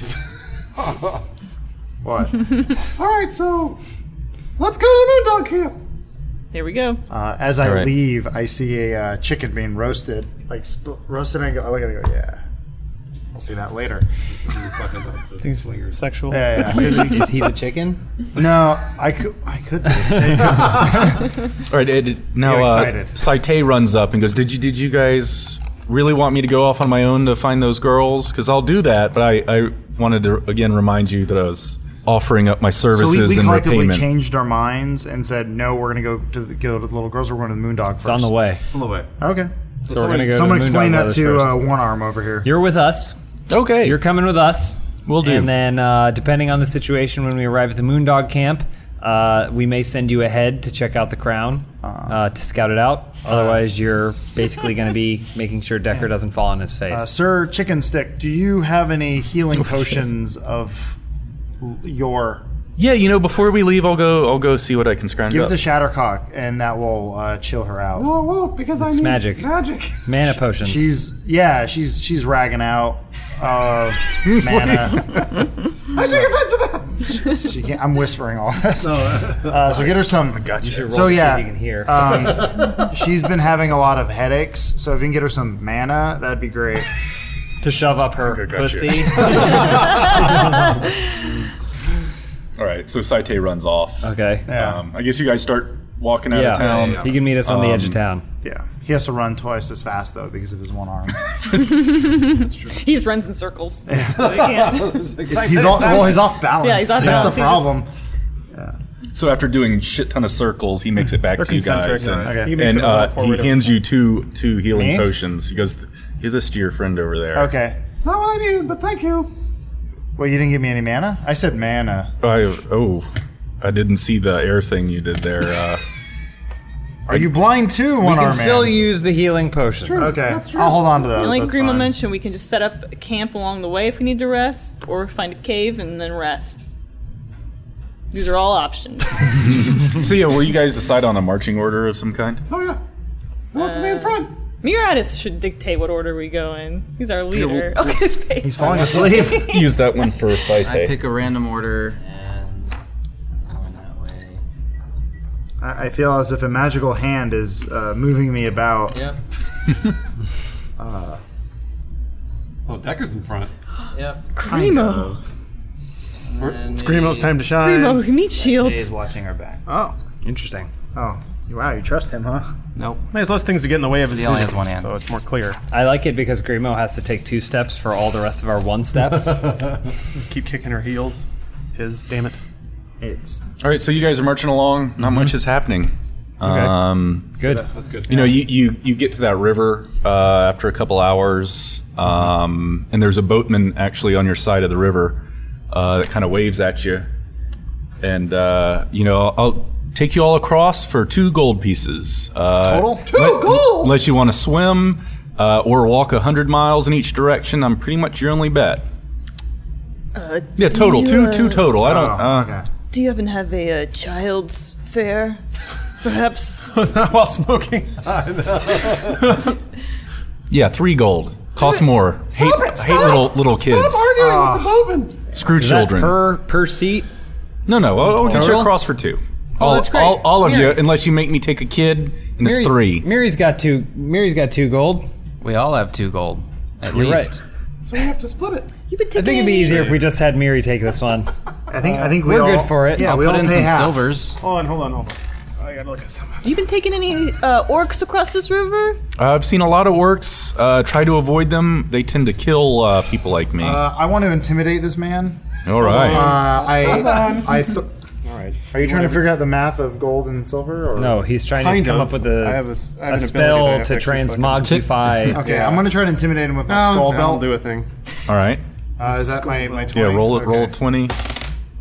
What? All right, so let's go to the Moondog camp. There we go. [LAUGHS] Uh, as I All right. leave, I see a uh, chicken being roasted, like sp- roasted. And I, go, I look at it, and go, yeah. I'll see that later. sexual. Yeah, yeah. Wait, is he the chicken? No, I could. I could. be. All right, Ed, now Get uh, excited. Saite runs up and goes, "Did you did you guys really want me to go off on my own to find those girls? Because I'll do that, but I, I wanted to again remind you that I was offering up my so services we, we in collectively repayment. changed our minds and said, no, we're going to go to the, go to the little girls. We're going to the Moondog first. It's on the way. It's on the way. [LAUGHS] Okay. So we're gonna go to Someone the explain Moondog that to Brothers uh, One Arm over here. You're with us. Okay. You're coming with us. We'll do. And then, uh, depending on the situation when we arrive at the Moondog Camp, uh, we may send you ahead to check out the crown, uh, to scout it out. Otherwise, you're basically going to be making sure Decker doesn't fall on his face. Uh, Sir Chicken Stick, do you have any [LAUGHS] healing potions of l- your? yeah, you know, before we leave, I'll go I'll go see what I can scrounge Give up. the Shattercock, and that will uh, chill her out. No, I won't because I It's need magic. Magic. mana potions. She's yeah, she's she's ragging out uh, mana. I take offense to that. She can't, I'm whispering all this. [LAUGHS] Uh, so get her some. you should roll So to see yeah, if you can hear. um, she's been having a lot of headaches. So if you can get her some mana, that'd be great. to shove up her pussy. All right, so Saite runs off. okay. Yeah, Um, I guess you guys start walking out Yeah. of town. He can meet us on the edge of Um, town. yeah. He has to run twice as fast though because of his one arm. He runs in circles. It's- he's all, well, he's off balance. Yeah, he's off balance. That's the He just- problem. So after doing shit ton of circles, he makes it back to you guys, and, Okay. and, makes it a lot uh, forward. he hands you two two healing Me? potions. He goes, "Give this to your friend over there." Okay. Not what I needed, but thank you. Well, you didn't give me any mana. I said mana. I, oh, I didn't see the air thing you did there. Uh, Are you blind too, We one can arm still man? use the healing potions. Okay, That's true. I'll hold on to those. And like that's Grima fine. mentioned, we can just set up a camp along the way if we need to rest, or find a cave and then rest. These are all [LAUGHS] options. so yeah, will you guys decide on a marching order of some kind? Oh yeah. Who wants to be in front? Miratis should dictate what order we go in. He's our leader. [LAUGHS] well- Look at his face. He's [LAUGHS] falling [LAUGHS] asleep. Use that one for side I pick a random order and going that way. I I feel as if a magical hand is uh, moving me about. Yep. Oh, Decker's in front. Yep. Grimo. It's Grimo's time to shine. Grimo, meet Shield. Is watching our back. Oh, Interesting. Oh, wow, you trust him, huh? Nope. there's less things to get in the way of his He only vision, has one hand. so it's more clear. I like it because Grimo has to take two steps for all the rest of our one steps. Keep kicking her heels. His, damn it. It's All right, so you guys are marching along. Not much is happening. Um, Good. That's good. You know, you, you, you get to that river uh, after a couple hours, um, and there's a boatman actually on your side of the river uh, that kind of waves at you. And, uh, you know, I'll take you all across for two gold pieces. Uh, total. Two gold. Unless you want to swim uh, or walk 100 miles in each direction, I'm pretty much your only bet. Uh, Yeah, total. do Two, you, two uh, total. I don't. Oh, Uh, okay. Do you happen to have a uh, child's fair? Perhaps. [LAUGHS] While smoking. Yeah, three gold. Costs more. Stop hate it! hate Stop. little little kids. Stop arguing Oh, with the boatman. Screw children. Per per seat. No, no. I'll, I'll get you Total? across for two. Oh, all, that's great. All, all of Yeah. you, unless you make me take a kid, and it's Mary's- three. Mary's got two. Mary's got two gold. We all have two gold, at You're least. So we have to split it. You would I take think it'd be any- easier if we just had Mary take this one. I think I think we We're all, good for it. Yeah, I'll we put all in pay some half. silvers. Hold on, hold on, hold on. I gotta look at some. You been taking any uh, orcs across this river? Uh, I've seen a lot of orcs. Uh, try to avoid them. They tend to kill uh, people like me. Uh, I want to intimidate this man. all right. Uh, I I. Th- all right. Are you trying to figure out the math of gold and silver? Or? No, he's trying to Kind come of. up with a, I have a s- I have a an ability that I spell have to to actually fucking- transmogify. Okay, I'm gonna try to intimidate him with my skull I'll, belt. do a thing. all right. Uh, is that my my 20? Yeah, roll it. Roll Okay. a twenty.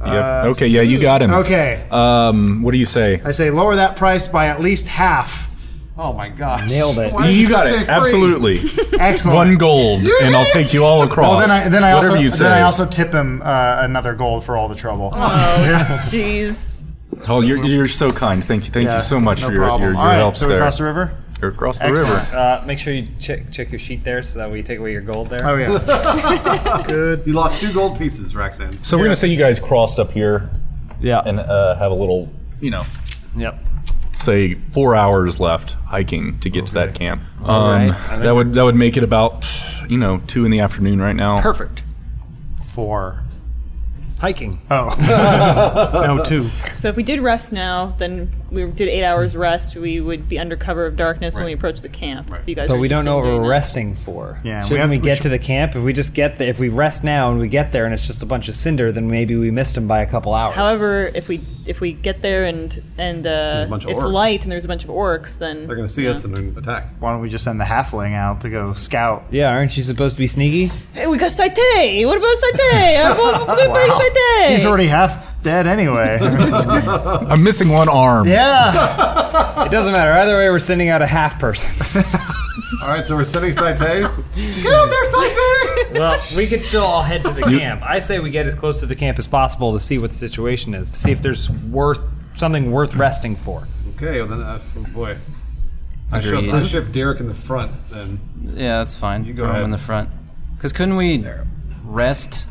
Yep. Uh, okay. Yeah, you got him. Okay. Um, what do you say? [LAUGHS] I say lower that price by at least half. Oh my gosh. Nailed it. Why does you it got say it. free? Absolutely. Excellent. One gold, You and I'll take you all across. Well, then I then I Whatever also you say. then I also tip him uh, another gold for all the trouble. Oh, jeez. Oh, you're, you're so kind. Thank you. Thank Yeah, you so much no for your, your, problem. your All right, help so we there. cross the river? Or across the Excellent. river. Uh, make sure you check check your sheet there so that we take away your gold there. Oh yeah. Good. You lost two gold pieces, Roxanne. So we're gonna say you guys crossed up here. Yeah. And uh, have a little, you know, Yep. say four hours left hiking to get to that camp. Um, All right. That would that would make it about you know two in the afternoon right now. Perfect. Four. Hiking. Oh. no, two. So if we did rest now, then we did eight hours rest. We would be under cover of darkness when we approach the camp. If You guys But are we don't interested know in what doing we're that. resting for. Yeah, we Shouldn't we, have- we get should- to the camp? If we just get there, if we rest now and we get there and it's just a bunch of cinder, then maybe we missed him by a couple hours. However, if we if we get there and and uh, a bunch of it's orcs. light and there's a bunch of orcs, then They're going to see us and then attack. Why don't we just send the halfling out to go scout? yeah, aren't you supposed to be sneaky? Hey, we got Saite. What about Saite? I'm going- I'm going to Saite. He's already half dead anyway. I'm missing one arm. yeah. It doesn't matter. Either way, we're sending out a half person. [LAUGHS] All right, so we're sending Saite. Get out there, Saite! well, we could still all head to the camp. I say we get as close to the camp as possible to see what the situation is, to see if there's worth something worth resting for. okay, well then, uh, oh boy. I Agreed. shoved, I shoved Derek in the front then. Yeah, that's fine. go Throw ahead. him in the front. Because couldn't we rest?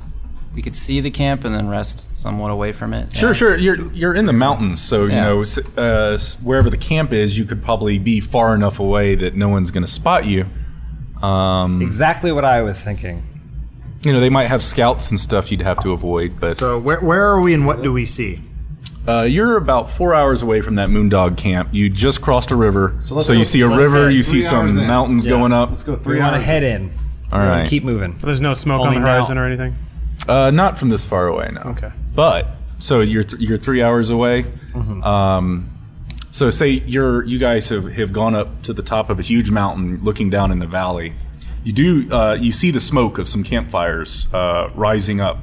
We could see the camp and then rest somewhat away from it. Sure, sure. You're you're in the mountains, so you Yeah. know s- uh, s- wherever the camp is, you could probably be far enough away that no one's going to spot you. Um, Hmm. Exactly what I was thinking. you know, they might have scouts and stuff you'd have to avoid, but So where where are we and what do we see? uh, you're about four hours away from that Moondog camp. You just crossed a river, so, let's you go- see a let's river, go you see three some hours in. mountains going up. Let's go three We want hours. to head in. All We wanna right. Keep moving. There's no smoke Only on the now. horizon or anything. Uh, not from this far away, no. Okay. But so you're th- you're three hours away. Um, so say you're you guys have, have gone up to the top of a huge mountain, looking down in the valley. You do uh, you see the smoke of some campfires uh, rising up.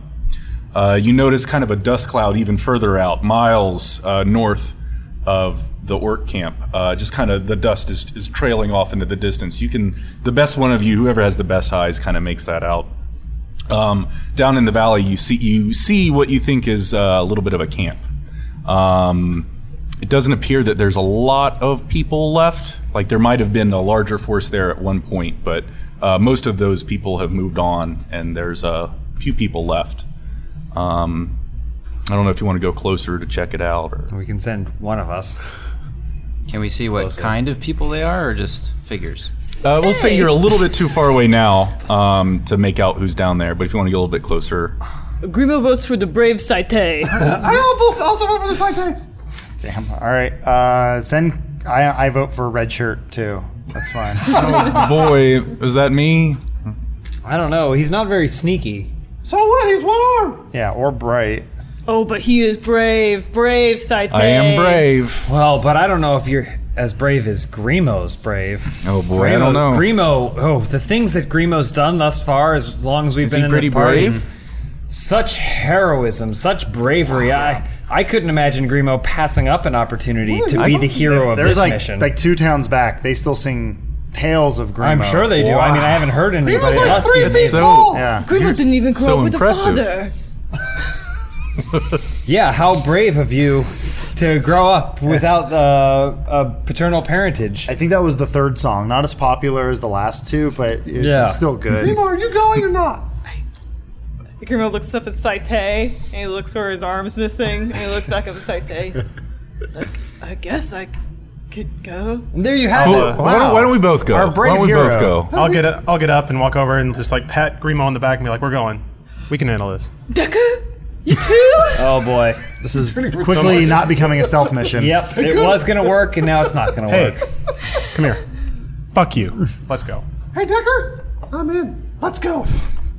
Uh, you notice kind of a dust cloud even further out, miles uh, north of the orc camp. Uh, just kind of the dust is, is trailing off into the distance. You can the best one of you, whoever has the best eyes, kind of makes that out um, down in the valley, you see you see what you think is uh, a little bit of a camp. Um, it doesn't appear that there's a lot of people left. Like there might have been a larger force there at one point, but uh, most of those people have moved on, and there's a few people left. Um, I don't know if you want to go closer to check it out, or We can send one of us. Can we see what kind of people they are, or just figures? uh, we'll say you're a little bit too far away now um, to make out who's down there. But if you want to get a little bit closer, Grimo votes for the brave Saite. I also- also vote for the Saite! Damn. All right. Uh, send. I I vote for red shirt too. [LAUGHS] That's fine. boy, is that me? I don't know. He's not very sneaky. So what? He's one arm! yeah, or bright. oh, but he is brave, brave Saite. I am brave. Well, but I don't know if you're as brave as Grimo's brave. Oh, boy, I don't know. Grimo, oh, the things that Grimo's done thus far, as long as we've Is been he in pretty this party, brave? such heroism, such bravery. I I couldn't imagine Grimo passing up an opportunity to be the hero of There's this like mission. like two towns back. They still sing tales of Grimo. I'm sure they do. I mean, I haven't heard anybody like else three be- feet So- tall! Yeah. Grimo didn't even grow so up with impressive. a father. Yeah, how brave of you to grow up without uh, a paternal parentage. I think that was the third song. Not as popular as the last two, but it's Yeah. still good. Grimo, are you going or not? Grimo looks up at Saite and he looks where his arm's missing and he looks back up at Saite. He's like, I guess I could go. And there you have Well, it. Oh, why, don't, why don't we both go? Our why brave don't we hero. both go? I'll get i I'll get up and walk over and just like pat Grimo on the back and be like, "We're going. We can handle this." Deku? You too? Oh boy. This is quickly not becoming a stealth [LAUGHS] mission. Yep, it was gonna work, and now it's not gonna Hey, work. come here. Fuck you. Let's go. Hey, Decker! I'm in. Let's go.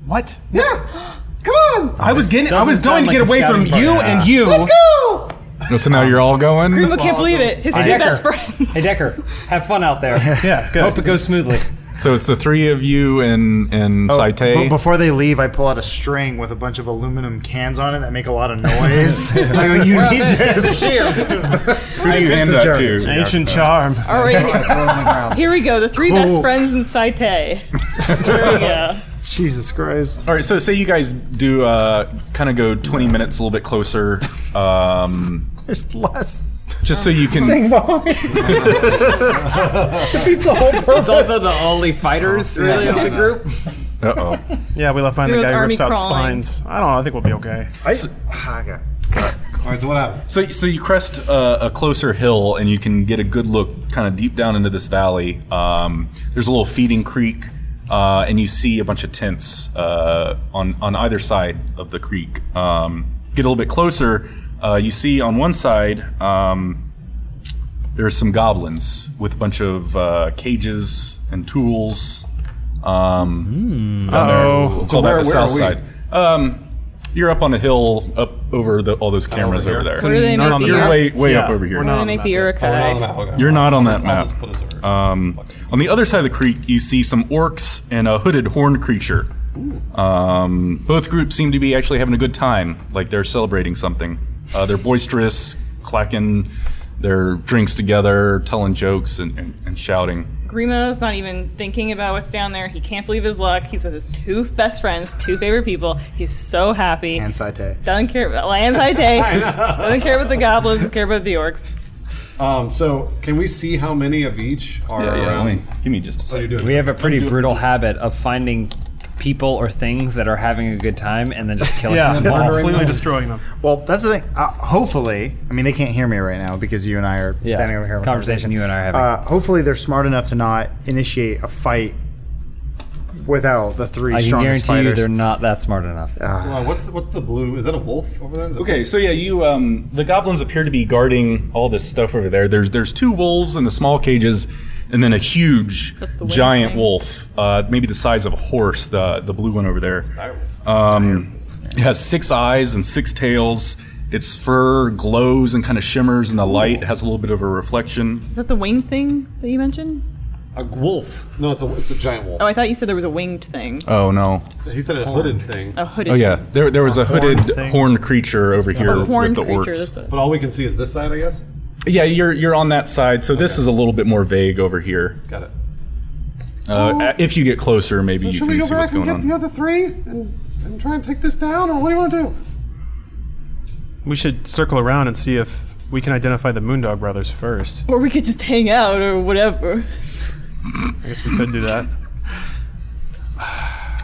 What? Yeah! Come on! I was getting. I doesn't was going sound like to get a away from scouting party. you and you. Let's go! So now you're all going? Grimo can't believe it. His two Decker. best friends. [LAUGHS] Hey Decker, have fun out there. Yeah. Good. Hope it goes smoothly. So it's the three of you and and Oh, Saite. but before they leave, I pull out a string with a bunch of aluminum cans on it that make a lot [LAUGHS] of noise. I go, you need this. Who do you hand that to? Ancient charm. All right. Here we go. The three best Cool. friends in Saite. Jesus Christ! All right, so say you guys do uh, kind of go twenty minutes, a little bit closer, um, There's less. just so you can. Staying behind. Defeats the [LAUGHS] whole purpose. It's also the only fighters really of the group. Uh oh. Yeah, we left behind It the was guy who army rips out crawling. spines. I don't know. I think we'll be okay. I, ah, okay. All right, so what happens? So, so you crest a, a closer hill, and you can get a good look, kind of deep down into this valley. Um, there's a little feeding creek, uh, and you see a bunch of tents uh, on on either side of the creek. Um, get a little bit closer, uh, you see on one side um, there's some goblins with a bunch of uh, cages and tools. Um, down there. Uh-oh. We'll Hmm. Oh, So call that where- the where are south we? side. Um, you're up on a hill up over the, all those cameras over over, here? there. So Where they You're make the you're map? way, way Yeah, up over here. we're not Where they on the make the map yet. Uruk-hai. Oh, we're not on the map, okay. You're not on that map. I'll just Um, on the other side of the creek, you see some orcs and a hooded horn creature. Um, both groups seem to be actually having a good time, like they're celebrating something. Uh, they're boisterous, clacking their drinks together, telling jokes, and, and, and shouting. Grimo's not even thinking about what's down there. He can't believe his luck. He's with his two best friends, two favorite people. He's so happy. And Saite. Doesn't care. Well, and Saite. Doesn't care about the goblins. Doesn't care about the orcs. Um, so can we see how many of each are Yeah, yeah, around? let me- give me just a second. We have a pretty brutal habit of finding people or things that are having a good time and then just killing them. all. destroying them. Well, that's the thing. Uh, hopefully, I mean, they can't hear me right now because you and I are Yeah. standing over here. having a Conversation you and I are having. Uh, hopefully, they're smart enough to not initiate a fight without the three I can guarantee strongest you fighters. they're not that smart enough. Wow, Uh, what's the, what's the blue? Is that a wolf over there? The- Okay, so yeah, you um, the goblins appear to be guarding all this stuff over there. There's there's two wolves in the small cages, and then a huge giant wolf, uh, maybe the size of a horse. The the blue one over there. Um, it has six eyes and six tails. Its fur glows and kind of shimmers in the light. It has a little bit of a reflection. Is that the winged thing that you mentioned? A wolf. No, it's a it's a giant wolf. Oh, I thought you said there was a winged thing. Oh no. He said a hooded thing. A hooded. Oh yeah, there there was a, horned hooded thing. horned creature over here a horned with the creature. orcs. That's what. But all we can see is this side, I guess. Yeah, you're you're on that side, so this is a little bit more vague over here. Got it. Uh, Oh. if you get closer, maybe you Should we can go see what's back going and get on. the other three and, and try and take this down, or what do you want to do? We should circle around and see if we can identify the Moondog brothers first. Or we could just hang out or whatever. I guess we could do that.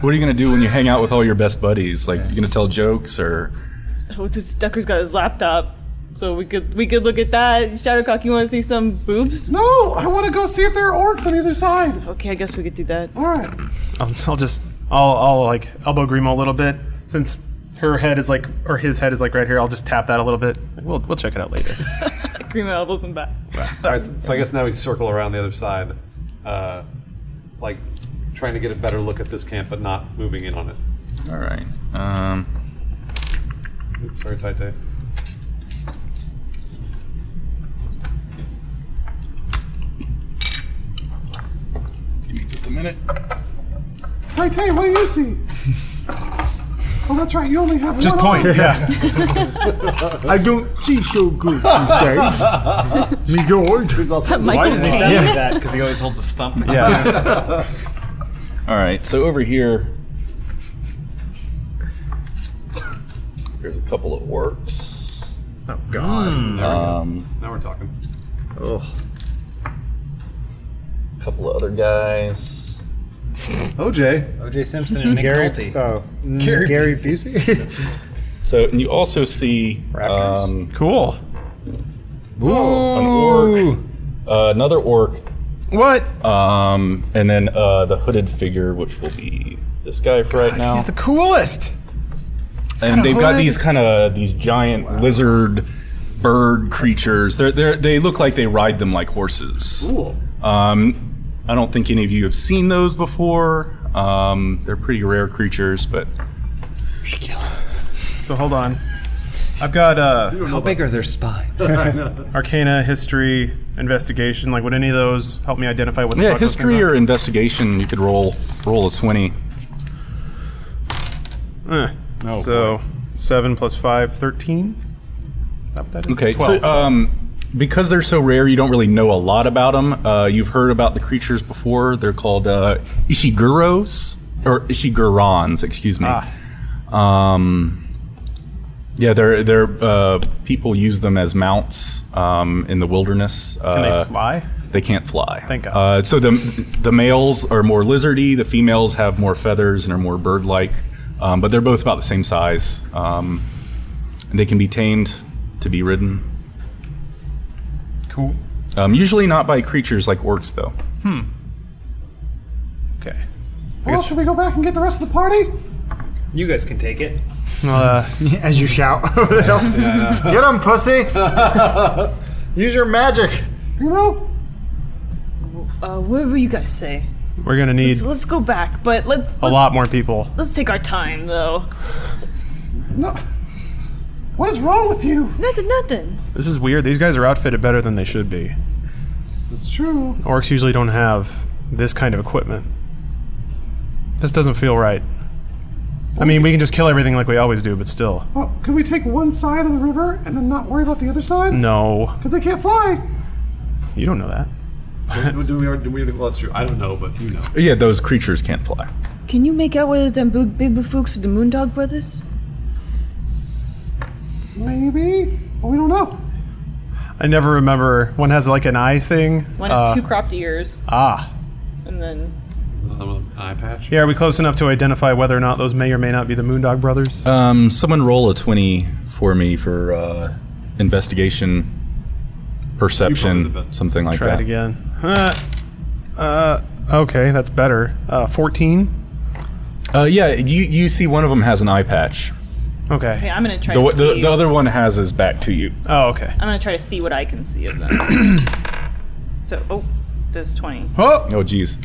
What are you gonna do when you hang out with all your best buddies? Like, you gonna tell jokes or? Oh, it's just Decker's got his laptop, so we could we could look at that. Shadowcock, you want to see some boobs? No, I want to go see if there are orcs on either side. Okay, I guess we could do that. [LAUGHS] All right. [LAUGHS] I'll, I'll just, I'll, I'll like elbow Grimo a little bit since her head is like, or his head is like right here. I'll just tap that a little bit. Like, we'll, we'll check it out later. Grimo elbows him back. All right, so I guess now we circle around the other side, uh, like trying to get a better look at this camp, but not moving in on it. All right. Um, Oops, sorry, side day. give me just a minute. Saite, what do you see? oh, that's right. You only [LAUGHS] have Just [LAUGHS] one point, eye. yeah. I don't see so good. [LAUGHS] Me He's also Why does he sound Yeah. like that? Because he always holds a stump. Yeah. All right. So over here, there's a couple of orcs. Oh God. There we go. Um, now we're talking. a couple of other guys. OJ. OJ Simpson and Nick Gary, Nolte. uh, oh, mm, Gary, Busey. So, and you also see Raptors. um, [LAUGHS] cool. Oh. an orc, uh, another orc, What? um, and then uh, the hooded figure, which will be this guy for right now. He's the coolest. and got a they've got hood. these kind of these giant lizard bird creatures. They're, they're, they look like they ride them like horses. Cool. Um, I don't think any of you have seen those before. Um, they're pretty rare creatures, but So hold on. I've got uh, How big are their spines? Arcana, history, investigation. Like, would any of those help me identify what? The Yeah, fuck those history things or investigation, you could roll roll a twenty. are? Eh. Oh, so seven plus five, thirteen. Is that what that is? Okay, Twelve. so um, because they're so rare, you don't really know a lot about them. Uh, you've heard about the creatures before. They're called uh, Ishiguros or Ishigurons, excuse me. Ah. Um, yeah, they're they're uh, people use them as mounts um, in the wilderness. Can Uh, they fly? They can't fly. Thank God. Uh, so the the males are more lizardy. The females have more feathers and are more bird-like. Um, but they're both about the same size. Um, and they can be tamed to be ridden. Cool. Um, usually not by creatures like orcs, though. Okay. Well, should we go back and get the rest of the party? You guys can take it. Uh, [LAUGHS] As you shout [LAUGHS] over them, get him, pussy! Use your magic. You know? Uh, whatever you guys say. we're gonna need Let's, let's go back, but let's, a let's- lot more people. Let's take our time, though. No. What is wrong with you? Nothing, nothing. This is weird. These guys are outfitted better than they should be. It's true. Orcs usually don't have this kind of equipment. This doesn't feel right. I mean, we can just kill everything like we always do, but still. Well, could we take one side of the river and then not worry about the other side? No, Because they can't fly. you don't know that. do, do we, do we, well, that's true. I don't know, but you know. Yeah, those creatures can't fly. Can you make out whether them big, big folks or the Moondog brothers? Maybe. But we don't know. I never remember. One has like an eye thing. One has Uh, two cropped ears, Ah. and then Another one, Eye patch. Yeah, are we close enough to identify whether or not those may or may not be the Moondog brothers? Um, someone roll a twenty for me for uh, investigation, the perception, best. something like Try that. it again. Uh, uh, okay, that's better. Uh, 14? Uh, yeah, you you see one of them has an eye patch. Okay. yeah, I'm gonna try The, to see. the, the other one has his back to you. Oh, okay. I'm gonna try to see what I can see of them. [CLEARS THROAT] so, oh, there's 20. Oh! Oh, geez.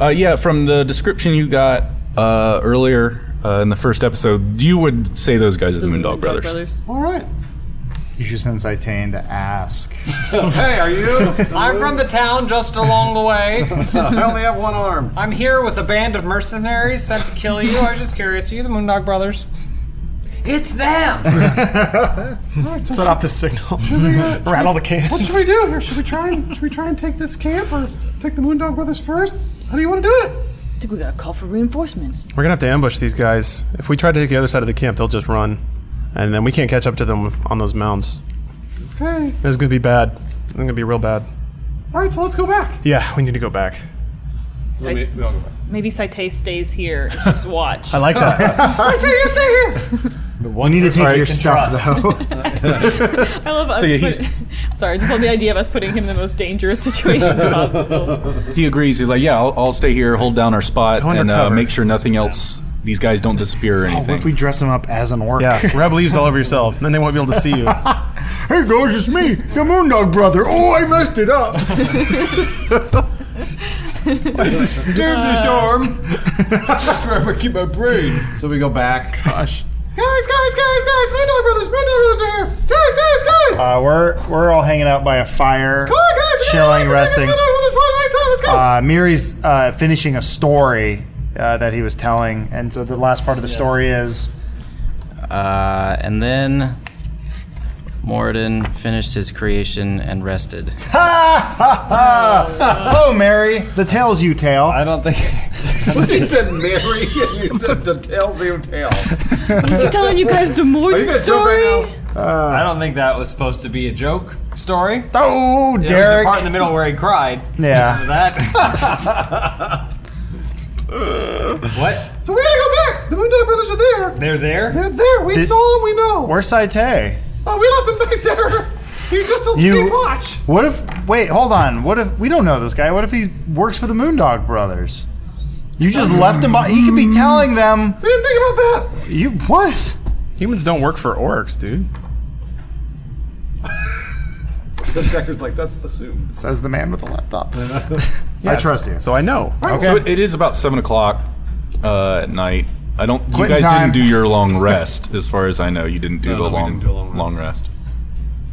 Uh, yeah, from the description you got uh, earlier uh, in the first episode, you would say those guys are the, Moondog, Brothers. All right. You should send Saitane to ask. Hey, are you? I'm from the town just along the way. I only have one arm. I'm here with a band of mercenaries sent to kill you. I was just curious. Are you the Moondog Brothers? It's them! Set off the signal. Rattle the cans. What should we do here? Should we try and should we try and take this camp or take the Moondog Brothers first? How do you want to do it? I think we gotta call for reinforcements. We're gonna have to ambush these guys. If we try to take the other side of the camp, they'll just run, and then we can't catch up to them on those mounds. Okay. This is gonna be bad. It's gonna be real bad. All right. So let's go back. Yeah, we need to go back. Let me, we all go back. Maybe Saite [LAUGHS] stays here and keeps watch. I like that. I tell you, stay here. [LAUGHS] We need to take your stuff though. [LAUGHS] I love us. yeah, put- [LAUGHS] sorry, I just love the idea of us putting him in the [LAUGHS] most dangerous situation possible. He agrees. He's like, yeah, I'll, I'll stay here, hold down our spot, Go and uh, undercover. Oh, make sure nothing else. These guys don't disappear or What anything. if we dress him up as an orc? yeah, [LAUGHS] rub leaves all over yourself, and then they won't be able to see you. Hey guys, it's me, the Moondog Brother. Oh, I messed it [LAUGHS] up. [LAUGHS] So we go back. Gosh. Guys, guys, guys, guys, Moondog Brothers, Moondog Brothers are here! Guys, guys, guys! Uh, we're we're all hanging out by a fire, Come on, guys! we're chilling, gonna- resting. Moondog Brothers, Moondog Brothers, let's go! Uh, Miri's uh, finishing a story uh, that he was telling, and so the last part of the story is Uh, and then Moradin finished his creation and rested. ha ha ha. Hello, Mary. The tales you [LAUGHS] tell. I [LAUGHS] don't think. he said Mary and you said the tail's your tail. Is he telling you guys the Are you Morton guys drunk story? right I don't think that was supposed to be a joke story. Oh, There was a part in Derek. the middle where he [LAUGHS] cried. Yeah. That. what? so [LAUGHS] we gotta go back! The Moondog Brothers are there! They're there? They're there! We Did- saw them, we know! Where's Saite? Oh, we left them back there! [LAUGHS] He's just a You- big watch! What if? Wait, hold on. What if we don't know this guy? What if he works for the Moondog Brothers? You just left him. He could be telling them. We didn't think about that! You what? Humans don't work for orcs, dude. The Decker's like, that's assumed. Says the man with the [LAUGHS] [LAUGHS] laptop. I trust you. So I know. Okay. So it, it is about seven o'clock uh, at night. I don't. You Quitting guys time. didn't do your long rest, as far as I know. You didn't do No, the no, we long didn't do a long rest. long rest.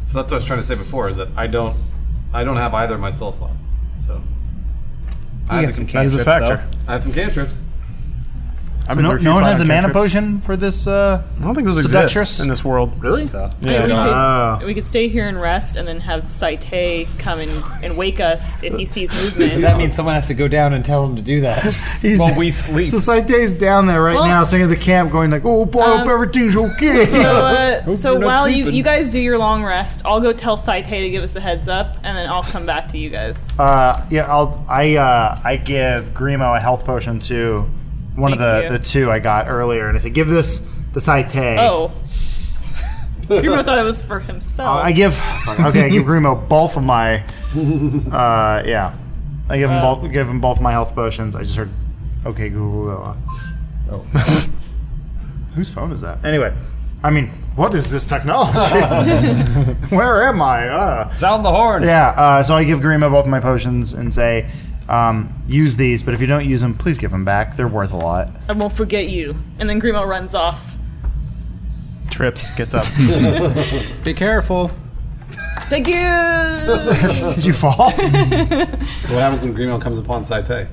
So that's what I was trying to say before is that I don't I don't have either of my spell slots. So You got the some can- That is a cantrips, factor. I have some cantrips. So no, no one has a mana potion for this. Uh, I don't think those seductress? exist in this world. Really? Hey, Yeah. we, uh, could, Uh, Ah. we could stay here and rest and then have Saite come and, and wake us if [LAUGHS] he sees movement. that means someone has to go down and tell him to do that. He's while we sleep. So Saite's down there right Well- now, sitting at the camp, going like, "Oh boy, Um, hope everything's okay." [LAUGHS] So, uh, so you're not while you, sleeping. you guys do your long rest, I'll go tell Saite to give us the heads up, and then I'll come back to you guys. Uh, yeah, I'll I uh, I give Grimo a health potion too. One Thank of you. the, the two I got earlier, and I said, "Give this the Saite." [LAUGHS] Oh. Grimo thought it was for himself. Uh, I give fuck, okay. I give Grimo both of my. Uh, yeah, I give him Uh, both. Give him both my health potions. I just heard. Okay, Google. go on." [LAUGHS] Whose phone is that? Anyway, I mean, what is this technology? [LAUGHS] Where am I? Uh, Sound the horns. yeah. Uh, so I give Grima both my potions and say, um, use these, but if you don't use them, please give them back. They're worth a lot. I won't forget you. And then Grimo runs off. Trips gets [LAUGHS] up. Be careful. Thank [LAUGHS] you! [LAUGHS] Did you fall? So what happens when Greenwell comes upon Saite?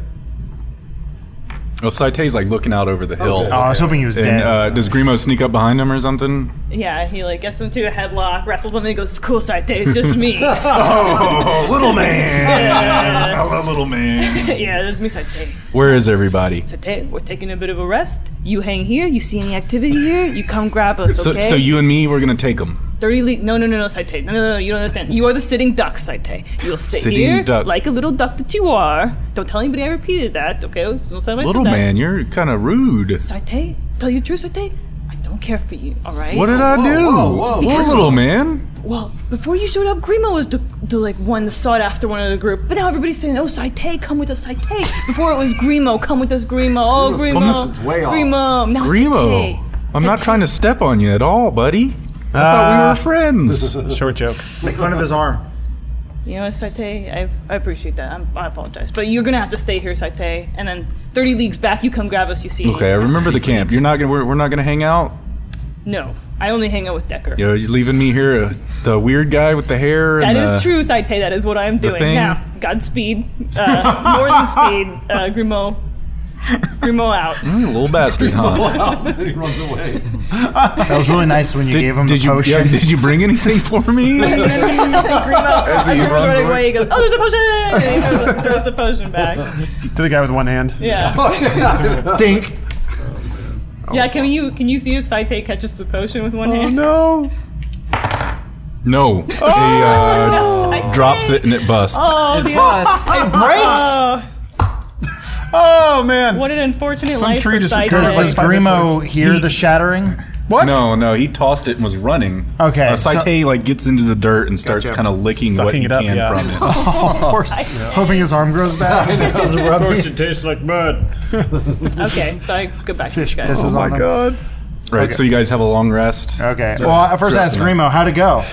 Oh, Saite's like looking out over the hill. Oh, I was hoping he was and, dead. Uh, does Grimo sneak up behind him or something? yeah, he like gets into a headlock, wrestles him, and he goes, cool, Saite, it's just [LAUGHS] me. [LAUGHS] Oh, little man. Hello, little man. yeah, it's me, Saite. Where is everybody? Saite, we're taking a bit of a rest. You hang here, you see any activity here, you come grab us, So, okay? so you and me, we're gonna take them. 30 le- No, no, no, no, Saite. No, no, no, you don't understand. You are the sitting duck, Saite. You'll sit Sitting here duck. like a little duck that you are. Don't tell anybody I repeated that, okay? Don't tell anybody I said Little that. man, you're kind of rude. Saite, tell you the truth, Saite. I don't care for you, all right? What did I do? Because- Poor little man. Well, before you showed up, Grimo was the, the like one, the sought after one of the group. But now everybody's saying, "Oh, Saite, come with us, Saite." Before it was Grimo, come with us, Grimo. Oh, Grimo's Grimo, perception's way off. Grimo. Now Grimo, Saite. I'm not trying to step on you at all, buddy. I Ah. thought we were [LAUGHS] friends. Short joke. Make fun of his arm. You know, Saite, I, I appreciate that. I'm, I apologize, but you're gonna have to stay here, Saite. And then 30 leagues back, you come grab us. You see? Okay, I remember the camp. You're not gonna. We're, we're not gonna hang out. No, I only hang out with Decker. You know, you're leaving me here, uh, the weird guy with the hair. That and uh, is the- true, Saite. That is what I'm doing. thing? Now, Godspeed. Uh, more than speed, uh, Grimo. [LAUGHS] Grimo out. Mm, little [LAUGHS] bastard, huh? then he runs away. That was really nice when you gave him did the you, potion. yeah, did you bring anything for me? [LAUGHS] Grimo, As he as Grimo's runs running away. away, he goes, "Oh, there's a potion!" And he throws the- throws the potion back. to the guy with one hand. [LAUGHS] Oh, Yeah. Think. yeah. Can you can you see if Saite catches the potion with one [LAUGHS] hand? No. No, he uh, drops it and it busts. Oh, the busts. It breaks. Oh man! What an unfortunate Some life tree for just Saite. recurred Does Grimo hear the shattering? What? No, no, he tossed it and was running. Okay, uh, so- Saite like gets into the dirt and starts Gotcha. kind of licking what Sucking he it up, can yeah. from it. of course. Hoping his arm grows back. Just rub it. tastes like mud. [LAUGHS] Okay, so I go back Fish to you guys. pisses on him. God. Right, Okay. so you guys have a long rest. Okay. Well, I first asked Grimo how'd it go.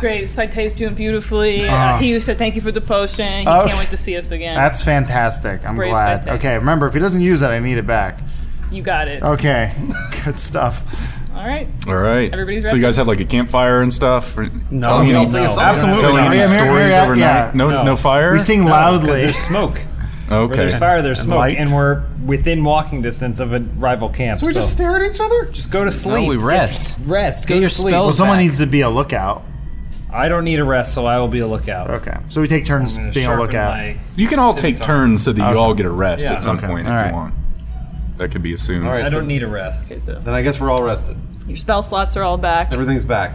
Great, Saite's doing beautifully. Ah. Uh, he said thank you for the potion. He Oh. can't wait to see us again. That's fantastic. I'm Brave glad. Saite. Okay. Remember, if he doesn't use it, I need it back. you got it. Okay. [LAUGHS] Good stuff. All right. All right. Everybody's so you guys resting. have like a campfire and stuff? Or- telling Oh, we any- don't sing a song. Absolutely telling not. any Yeah, Mary- stories Mary- overnight? yeah. No, no, No. fire. We sing Because loudly. there's smoke. Where Okay. there's fire, there's smoke, light. and we're within walking distance of a rival camp. So We just stare at each other. just go to sleep. we rest. Get- rest. Go Get your to sleep. spells- Well, someone back. needs to be a lookout. I don't need a rest, so I will be a lookout. Okay. So we take turns I'm gonna being a sharpen lookout. my- You can all take turns so that you all get a rest Yeah. at some Okay. point if All right. you want. That could be assumed. All right. I so don't need a rest. Okay, so Then I guess we're all rested. your spell slots are all back. Everything's back.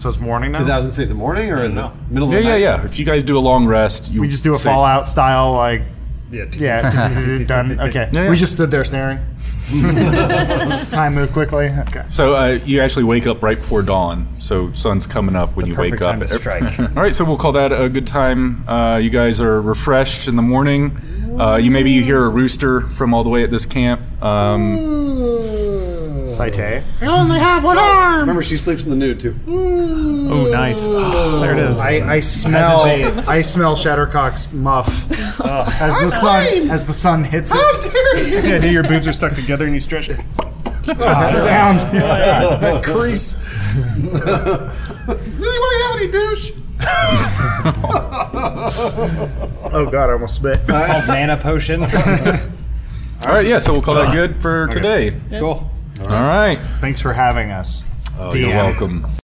So it's morning now. Is that I was gonna say is it morning or is it No. middle of Yeah, the yeah, night? yeah. If you guys do a long rest, you we just do a say- Fallout style like. Yeah. Yeah, [LAUGHS] [LAUGHS] done. Okay. Yeah, yeah. We just stood there staring. Time moved quickly. Okay. So uh, you actually wake up right before dawn. So sun's coming up when you wake perfect up. time to strike. [LAUGHS] All right, so we'll call that a good time. Uh, you guys are refreshed in the morning. Uh, you maybe you hear a rooster from all the way at this camp. Um, [LAUGHS] Saite. I only have one arm. Remember, she sleeps in the nude too. Oh, nice. Ah, There it is. I, I As it Oh. smell. bathed. I smell Shattercock's muff as the I'm sun mine! as the sun hits it. yeah, [LAUGHS] dude, your boobs are stuck together and you stretch it. [LAUGHS] that sound. Oh, [LAUGHS] That crease. Does anybody have any douche? [LAUGHS] Oh god, I almost [LAUGHS] spit. It's called mana potion. All right, yeah, so we'll call that good for Okay. today. Cool. All right. Thanks for having us. Oh, you're DM. welcome.